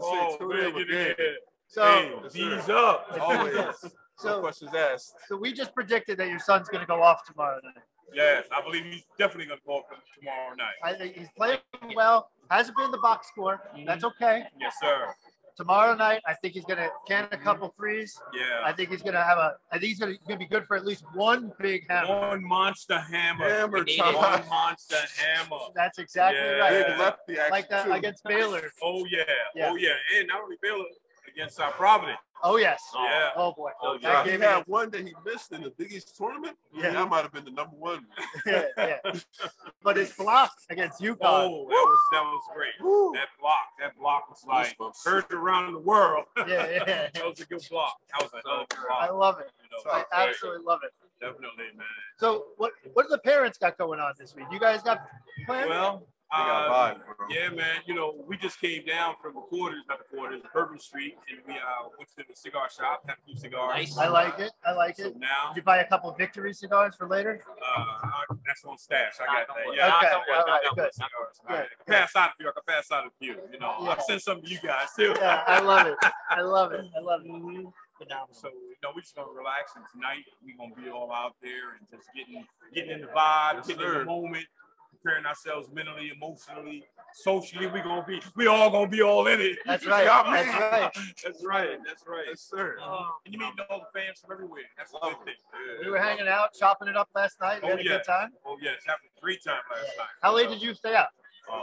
S2: Oh, man, get in here.
S1: So,
S2: D's
S4: up.
S2: Always. no
S1: so,
S2: questions asked.
S1: so we just predicted that your son's gonna go off tomorrow night.
S4: Yes, I believe he's definitely going to go up tomorrow night.
S1: I think he's playing well. Hasn't been in the box score. That's okay.
S4: Yes, sir.
S1: Tomorrow night, I think he's gonna can a couple threes.
S4: Yeah.
S1: I think he's gonna have a. I think he's gonna, he's gonna be good for at least one big hammer.
S4: One monster hammer.
S2: Hammer
S3: We need
S2: time.
S3: it.
S4: One monster hammer.
S1: That's exactly
S4: Yeah.
S2: Big
S1: right.
S2: lefty action
S1: Like that
S2: too.
S1: against Baylor.
S4: Oh yeah.
S1: Yeah.
S4: Oh yeah. And not only Baylor against our Providence.
S1: Oh yes.
S4: Yeah.
S1: Oh boy.
S4: Oh,
S2: Yeah,
S1: That
S2: he
S1: game
S2: had one that he missed in the biggest tournament.
S1: Yeah.
S2: Yeah, that might have been the number one.
S1: yeah, yeah. But his block against UConn.
S4: Oh, that was that was great.
S2: Woo.
S4: That block. That block was like
S2: Goosebumps.
S4: heard around the world.
S1: Yeah, yeah.
S4: that was a good block. That was a hell of a
S1: I
S4: block.
S1: love it.
S4: You know,
S1: I absolutely love it.
S4: definitely, man.
S1: So what what do the parents got going on this week? You guys got plans?
S4: Well,
S2: They got
S4: uh,
S2: vibe, bro.
S4: Yeah, man. You know, we just came down from the quarters, not the quarters, Bourbon Street, and we uh, went to the cigar shop, had a few cigars.
S3: Nice.
S1: I like it. I like
S4: So
S1: it.
S4: now,
S1: Did you buy a couple victory cigars for later?
S4: Uh, that's on stash. I
S3: Knock
S4: got
S3: on
S4: that.
S3: wood.
S4: Yeah,
S1: Okay,
S4: I got
S1: all right,
S4: that.
S1: good.
S4: Right.
S1: Good.
S4: Pass out a few. I can pass out a few. You know,
S1: Yeah.
S4: I'll send some to you guys too.
S1: Yeah, I love it. I love it. I love it.
S4: So you know, we're just gonna relax and tonight we're gonna be all out there and just getting getting in the vibe,
S2: Yes,
S4: getting in
S2: sir.
S4: the moment, preparing ourselves mentally, emotionally, socially. We're gonna be we all gonna be all in it.
S1: That's right.
S4: Yeah, man.
S1: That's right.
S4: That's right. That's right.
S2: Yes, sir.
S4: and you meet all the fans from everywhere. That's a good thing.
S1: Oh. We were hanging out, chopping it up last night. We had a good time.
S4: Oh yes, having a great time last night.
S1: How
S4: You
S1: late
S4: know?
S1: did you stay out?
S4: Oh.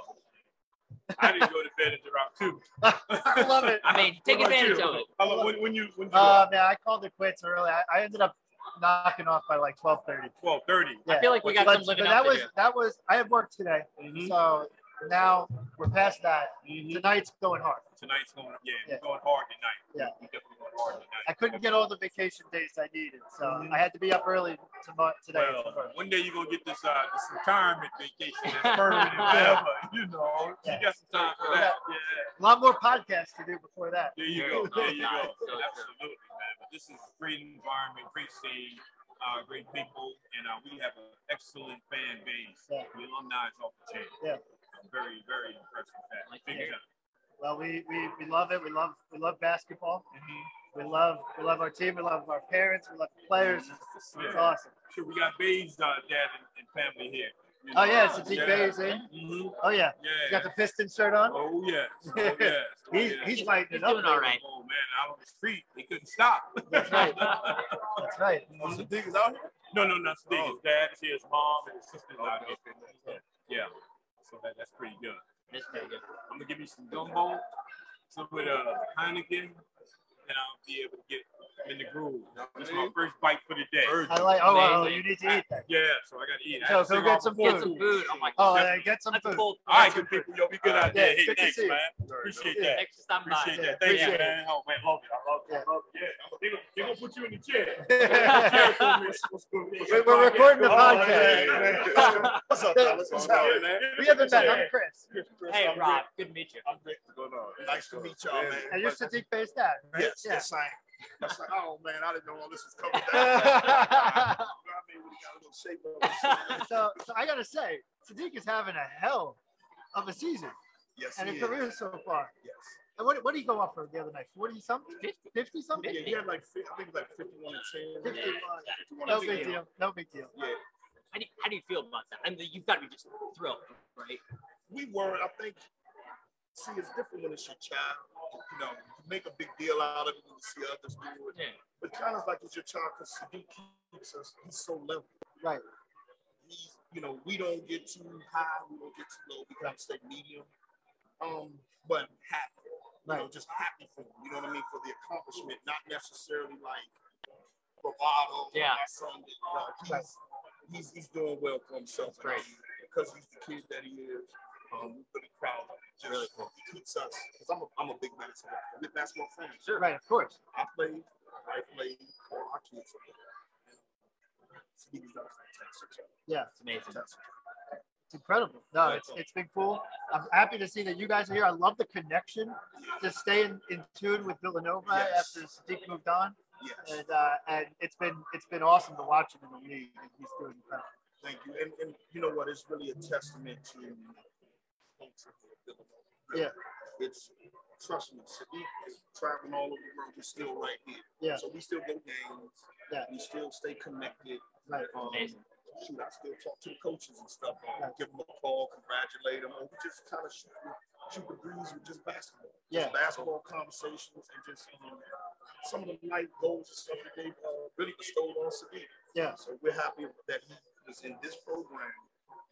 S4: I didn't go to bed until around two.
S1: I love it.
S3: I mean, take
S4: What about
S3: advantage
S4: you?
S3: of it.
S4: How about when, when you when you
S1: Uh, man, I called it quits early. I, I ended up knocking off by like twelve thirty.
S4: twelve thirty?
S1: Yeah.
S3: I feel like we got
S1: but,
S3: some living
S1: but
S3: up
S1: that
S3: to
S1: was
S3: do. Mm-hmm.
S1: that was I had work today,
S4: Mm-hmm.
S1: so now we're past that. Tonight's going hard.
S4: Tonight's going yeah,
S1: Yeah.
S4: we're going hard tonight.
S1: Yeah.
S4: We're definitely going hard tonight.
S1: I couldn't get all the vacation days I needed, so
S3: Mm-hmm.
S1: I had to be up early tomorrow today.
S4: Well, one day you're gonna get this uh this retirement vacation, that permanent whatever, you know.
S1: Yeah.
S4: You got some time for that. Yeah.
S1: a lot more podcasts to do before that.
S4: There you
S3: Yeah.
S4: go. There you
S3: Nice.
S4: go.
S3: So true.
S4: Absolutely, man. But this is a great environment, great scene, uh, great people, and uh, we have an excellent fan base.
S1: Yeah.
S4: The alumni is off the chain.
S1: Yeah.
S4: I'm very, very impressed with that.
S3: Like
S4: Big
S3: that.
S4: time.
S1: Well, we, we, we love it. We love we love basketball.
S4: Mm-hmm.
S1: We love we love our team. We love our parents. We love the players. It's, it's
S4: Yeah.
S1: awesome.
S4: Sure, we got Bay's uh, dad and, and family here. you
S1: Oh
S4: know.
S1: yeah, it's a big Bays in.
S4: Mhm.
S1: Oh yeah, he's
S4: Yeah.
S1: got the piston shirt on.
S4: Oh yes. Oh yes. Oh,
S1: He's
S4: yes.
S1: he's lighting
S3: He's
S1: it up.
S3: doing all right.
S4: Oh man, out on the street, they couldn't stop.
S1: That's right. That's right.
S2: Oh, Sadiq is out here.
S4: No, no, not Steve.
S1: Oh.
S4: His dad is here, his mom, and his sister's
S2: Okay,
S4: out
S2: okay,
S4: here. Yeah. So that, that's pretty good.
S3: That's pretty good.
S4: I'm gonna give you some gumbo, some with uh, Heineken, and I'll be able to get in the groove. This is my first bite for the day.
S2: Virgin.
S1: I like. Oh, oh, you need to eat that.
S4: Yeah, so I gotta eat. I had a
S1: So go
S4: cigar
S1: get some
S4: before
S3: Get some
S4: too.
S3: food. Oh my
S1: Oh,
S3: god.
S1: yeah, get some
S3: That's a
S1: food.
S3: cold.
S4: All right, good people, yo, be good out there.
S1: Yeah, it's
S4: Hey,
S1: good to
S4: thanks,
S1: see you.
S4: man. Appreciate
S1: Yeah.
S4: that.
S3: Thanks for stopping by.
S4: Appreciate that. Thank
S1: Appreciate
S4: you, man. Oh man, love it. I love it.
S1: Yeah.
S4: I love it. Yeah. They're gonna, they gonna put you in the chair.
S1: We're- We're recording
S4: Oh,
S1: the podcast.
S2: What's up,
S1: fellas? What's up? We haven't met. I'm Chris,
S3: Hey Rob, good to meet you.
S6: Nice to meet y'all, man.
S1: and you're Sadiq Bay's dad. Right?
S6: Yes,
S1: Yeah.
S6: yes, I am. I was like, oh man, I didn't know all this was coming down.
S1: so,
S6: I mean, we got a little shape of us.
S1: so I gotta say, Sadiq is having a hell of a season
S6: Yes,
S1: and a
S6: he is.
S1: career so far.
S6: Yes.
S1: And what, what did he go up for the other night? Forty something,
S3: Fifty.
S1: fifty something.
S6: Yeah, he had like, fi- I think it was like 51 and 10.
S1: 50.
S6: 51
S1: No
S6: and 10.
S1: big deal. No big deal.
S6: Yeah.
S3: How do you, how do you feel about that? I mean, you've got to be just thrilled, right?
S6: We were, I think, see, it's different when it's your child. You know, you make a big deal out of it when you see others do it.
S3: Yeah.
S6: But kind of like it's your child because Sadiq keeps us, he's so level.
S1: Right.
S2: He's, you know, we don't get too high, we don't get too low. We kind of stay medium. Um, but happy, you know,
S1: Right.
S2: just happy for him. You know what I mean? For the accomplishment, not necessarily like bravado.
S3: Yeah.
S2: My son did. No, he's, he's he's doing well for himself.
S3: That's great.
S2: Because he's the kid that he is. Um, we're really proud of him. Just he keeps us. Because I'm a, I'm a big basketball. fan. I'm a basketball fan. Sure.
S1: Right, of course.
S2: I played. I played. I can't forget. He's done a fantastic job.
S1: Yeah,
S3: It's amazing.
S1: it's incredible. No, it's, it's been cool. I'm happy to see that you guys are here. I love the connection to stay in, in tune with Villanova
S2: Yes.
S1: after Sadiq moved on,
S2: Yes.
S1: and uh, and it's been it's been awesome to watch him in the league. and He's doing incredible.
S2: Thank you. And, and you know what? It's really a testament to the culture of Villanova. Really.
S1: Yeah.
S2: It's trust me, Sadiq is traveling all over the world. He's still right here.
S1: Yeah.
S2: So we still go games.
S1: Yeah.
S2: We still stay connected.
S1: Right.
S2: Um,
S3: Amazing.
S2: shoot, I still talk to the coaches and stuff. Um,
S1: Yeah.
S2: Give them a call, congratulate them, and we just kind of shoot, shoot the breeze with just basketball.
S1: Yeah.
S2: Just basketball conversations and just um, some of the life goals and stuff that they uh, really bestowed on Sadiq.
S1: Yeah.
S2: So we're happy that he was in this program,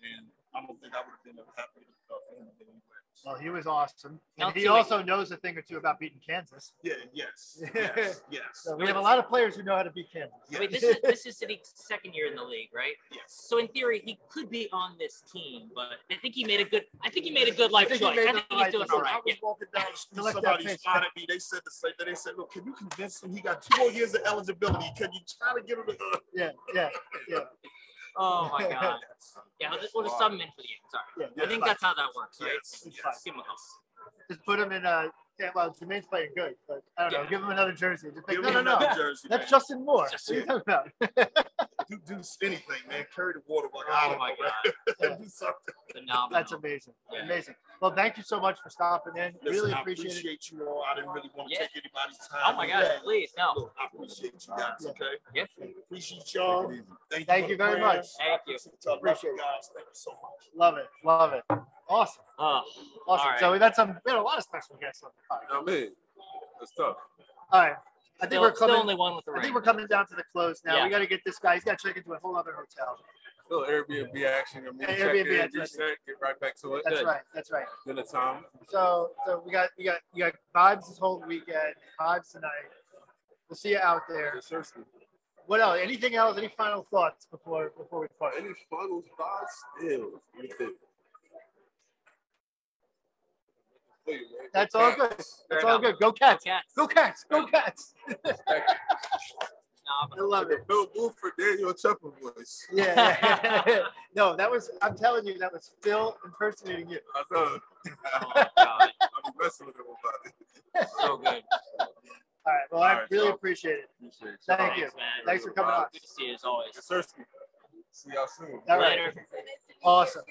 S2: and I don't think I would have been happy enough for him to be anywhere.
S1: Well, he was awesome.
S3: Now
S1: And he
S3: to it.
S1: also knows a thing or two about beating Kansas.
S2: Yeah. Yes. Yes. yes.
S1: So we have a lot of players who know how to beat Kansas.
S2: Yes.
S3: Wait, this is this is Sadiq's second year in the league, right?
S2: yes.
S3: So in theory, he could be on this team, but I think he made a good. I think he made a good life
S1: I think
S3: choice.
S1: he made
S3: I think
S1: the
S3: he's
S1: right
S3: doing
S1: decision.
S3: all
S2: I
S3: right.
S2: was walking down the street,
S1: Select that
S2: somebody
S1: face.
S2: spotted me. They said the same thing. They said, "Look, can you convince him? He got two more years of eligibility. Can you try to get him to?" uh,
S1: Yeah, yeah,
S3: Oh my god.
S2: Yes.
S3: Yeah, we'll just, we'll just sub him in for the end. Sorry.
S1: yeah.
S3: I think that's how that works, right?
S2: Yes.
S1: It's
S2: Yes.
S3: Give him a call.
S1: Just put him in a. Yeah, well, Jermaine's playing good, but I don't know.
S3: Yeah.
S1: Give him another jersey. Just like,
S2: Give
S1: no,
S2: him
S1: no, no.
S2: another Jersey,
S1: That's
S2: man.
S1: Justin Moore. What are you talking about?
S2: do, do anything, man. Carry the water like I
S3: Oh
S2: don't
S3: my
S2: know, man.
S3: god.
S1: Yeah.
S2: do something.
S3: Phenomenal.
S1: That's amazing.
S3: Yeah.
S1: Amazing. Well, thank you so much for stopping in. really
S2: Listen, I
S1: appreciate, it.
S2: appreciate you all. I didn't really want to
S3: Yeah.
S2: take anybody's time.
S3: Oh my god,
S2: Yeah.
S3: please, no.
S2: Look, I appreciate you guys.
S1: Yeah.
S2: Okay.
S3: Yeah.
S2: Appreciate y'all. Thank you,
S1: Thank
S2: for
S1: you
S2: the
S1: very
S2: prayers.
S1: much.
S3: Thank you.
S2: Appreciate y'all. Love
S1: Appreciate it.
S2: you guys. Thank you so much.
S1: Love it. Love it. Awesome.
S3: Oh,
S1: Awesome.
S3: All
S1: So
S3: right.
S1: we've had some, we had a lot of special guests on the podcast.
S4: You know what I mean? That's tough.
S1: All right. I think
S3: still,
S1: we're
S3: still
S1: coming.
S3: only one with the
S1: I think
S3: ring.
S1: we're coming down to the close now.
S3: Yeah.
S1: We got to get this guy. He's got to check into a whole other hotel.
S4: little Airbnb action. I mean,
S1: Yeah,
S4: check
S1: Airbnb
S4: in,
S1: action.
S4: reset, get right back to it.
S1: That's
S4: Good.
S1: right. That's right.
S4: Dinner time.
S1: So, so we got, we got, you got vibes this whole weekend. Vibes tonight. We'll see you out there.
S4: Yes, sir, sir.
S1: What else? Anything else? Any final thoughts before before we part?
S4: Any final thoughts? Ew. Let me think. Wait, man.
S1: That's
S4: Go
S1: all
S4: Cavs.
S1: good.
S3: Fair
S1: That's all
S3: enough.
S1: good. Go cats.
S3: Cats.
S1: Go cats. Go cats. I
S3: Phenomenal.
S1: love it.
S4: Bill Buford, Daniel Chopper voice.
S1: Yeah. yeah. no, that was. I'm telling you, that was Phil impersonating you.
S4: I know.
S3: Oh my god.
S4: I'm messing with everybody.
S3: So good.
S1: All right. Well,
S4: All
S1: I
S4: right,
S1: really
S4: y'all.
S1: appreciate it.
S4: Appreciate it.
S1: Thank you.
S3: Thanks, man.
S1: Thanks for coming on.
S3: Good to see you as always.
S4: Yes, sir, sir. See y'all soon.
S1: All right.
S3: Later.
S1: Awesome.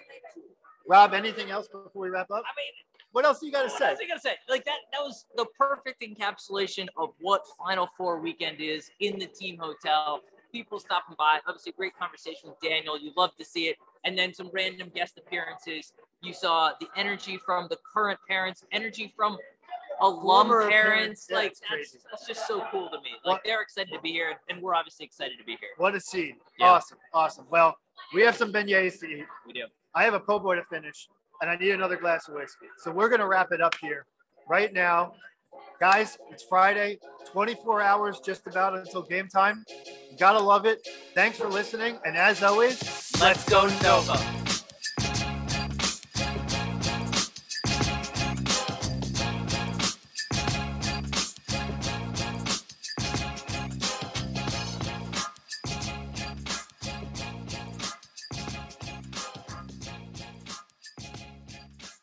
S1: Rob, anything else before we wrap up?
S3: I mean,
S1: What else do you got to
S3: What else
S1: say?
S3: I gotta say, like that, that was the perfect encapsulation of what Final Four weekend is in the team hotel. People stopping by, obviously great conversation with Daniel. You love to see it, and then some random guest appearances. You saw the energy from the current parents, energy from alum
S1: Former parents,
S3: parents.
S1: yeah,
S3: Like
S1: it's
S3: that's,
S1: crazy.
S3: that's just so cool to me. Like
S1: What-
S3: they're excited to be here, and we're obviously excited to be here.
S1: What a scene.
S3: Yeah.
S1: Awesome. Awesome. Well, we have some beignets to eat.
S3: We do.
S1: I have a po' boy to finish, and I need another glass of whiskey. So we're gonna wrap it up here, right now, guys. It's Friday, 24 hours just about until game time. You gotta love it. Thanks for listening, and as always,
S3: Let's go Nova.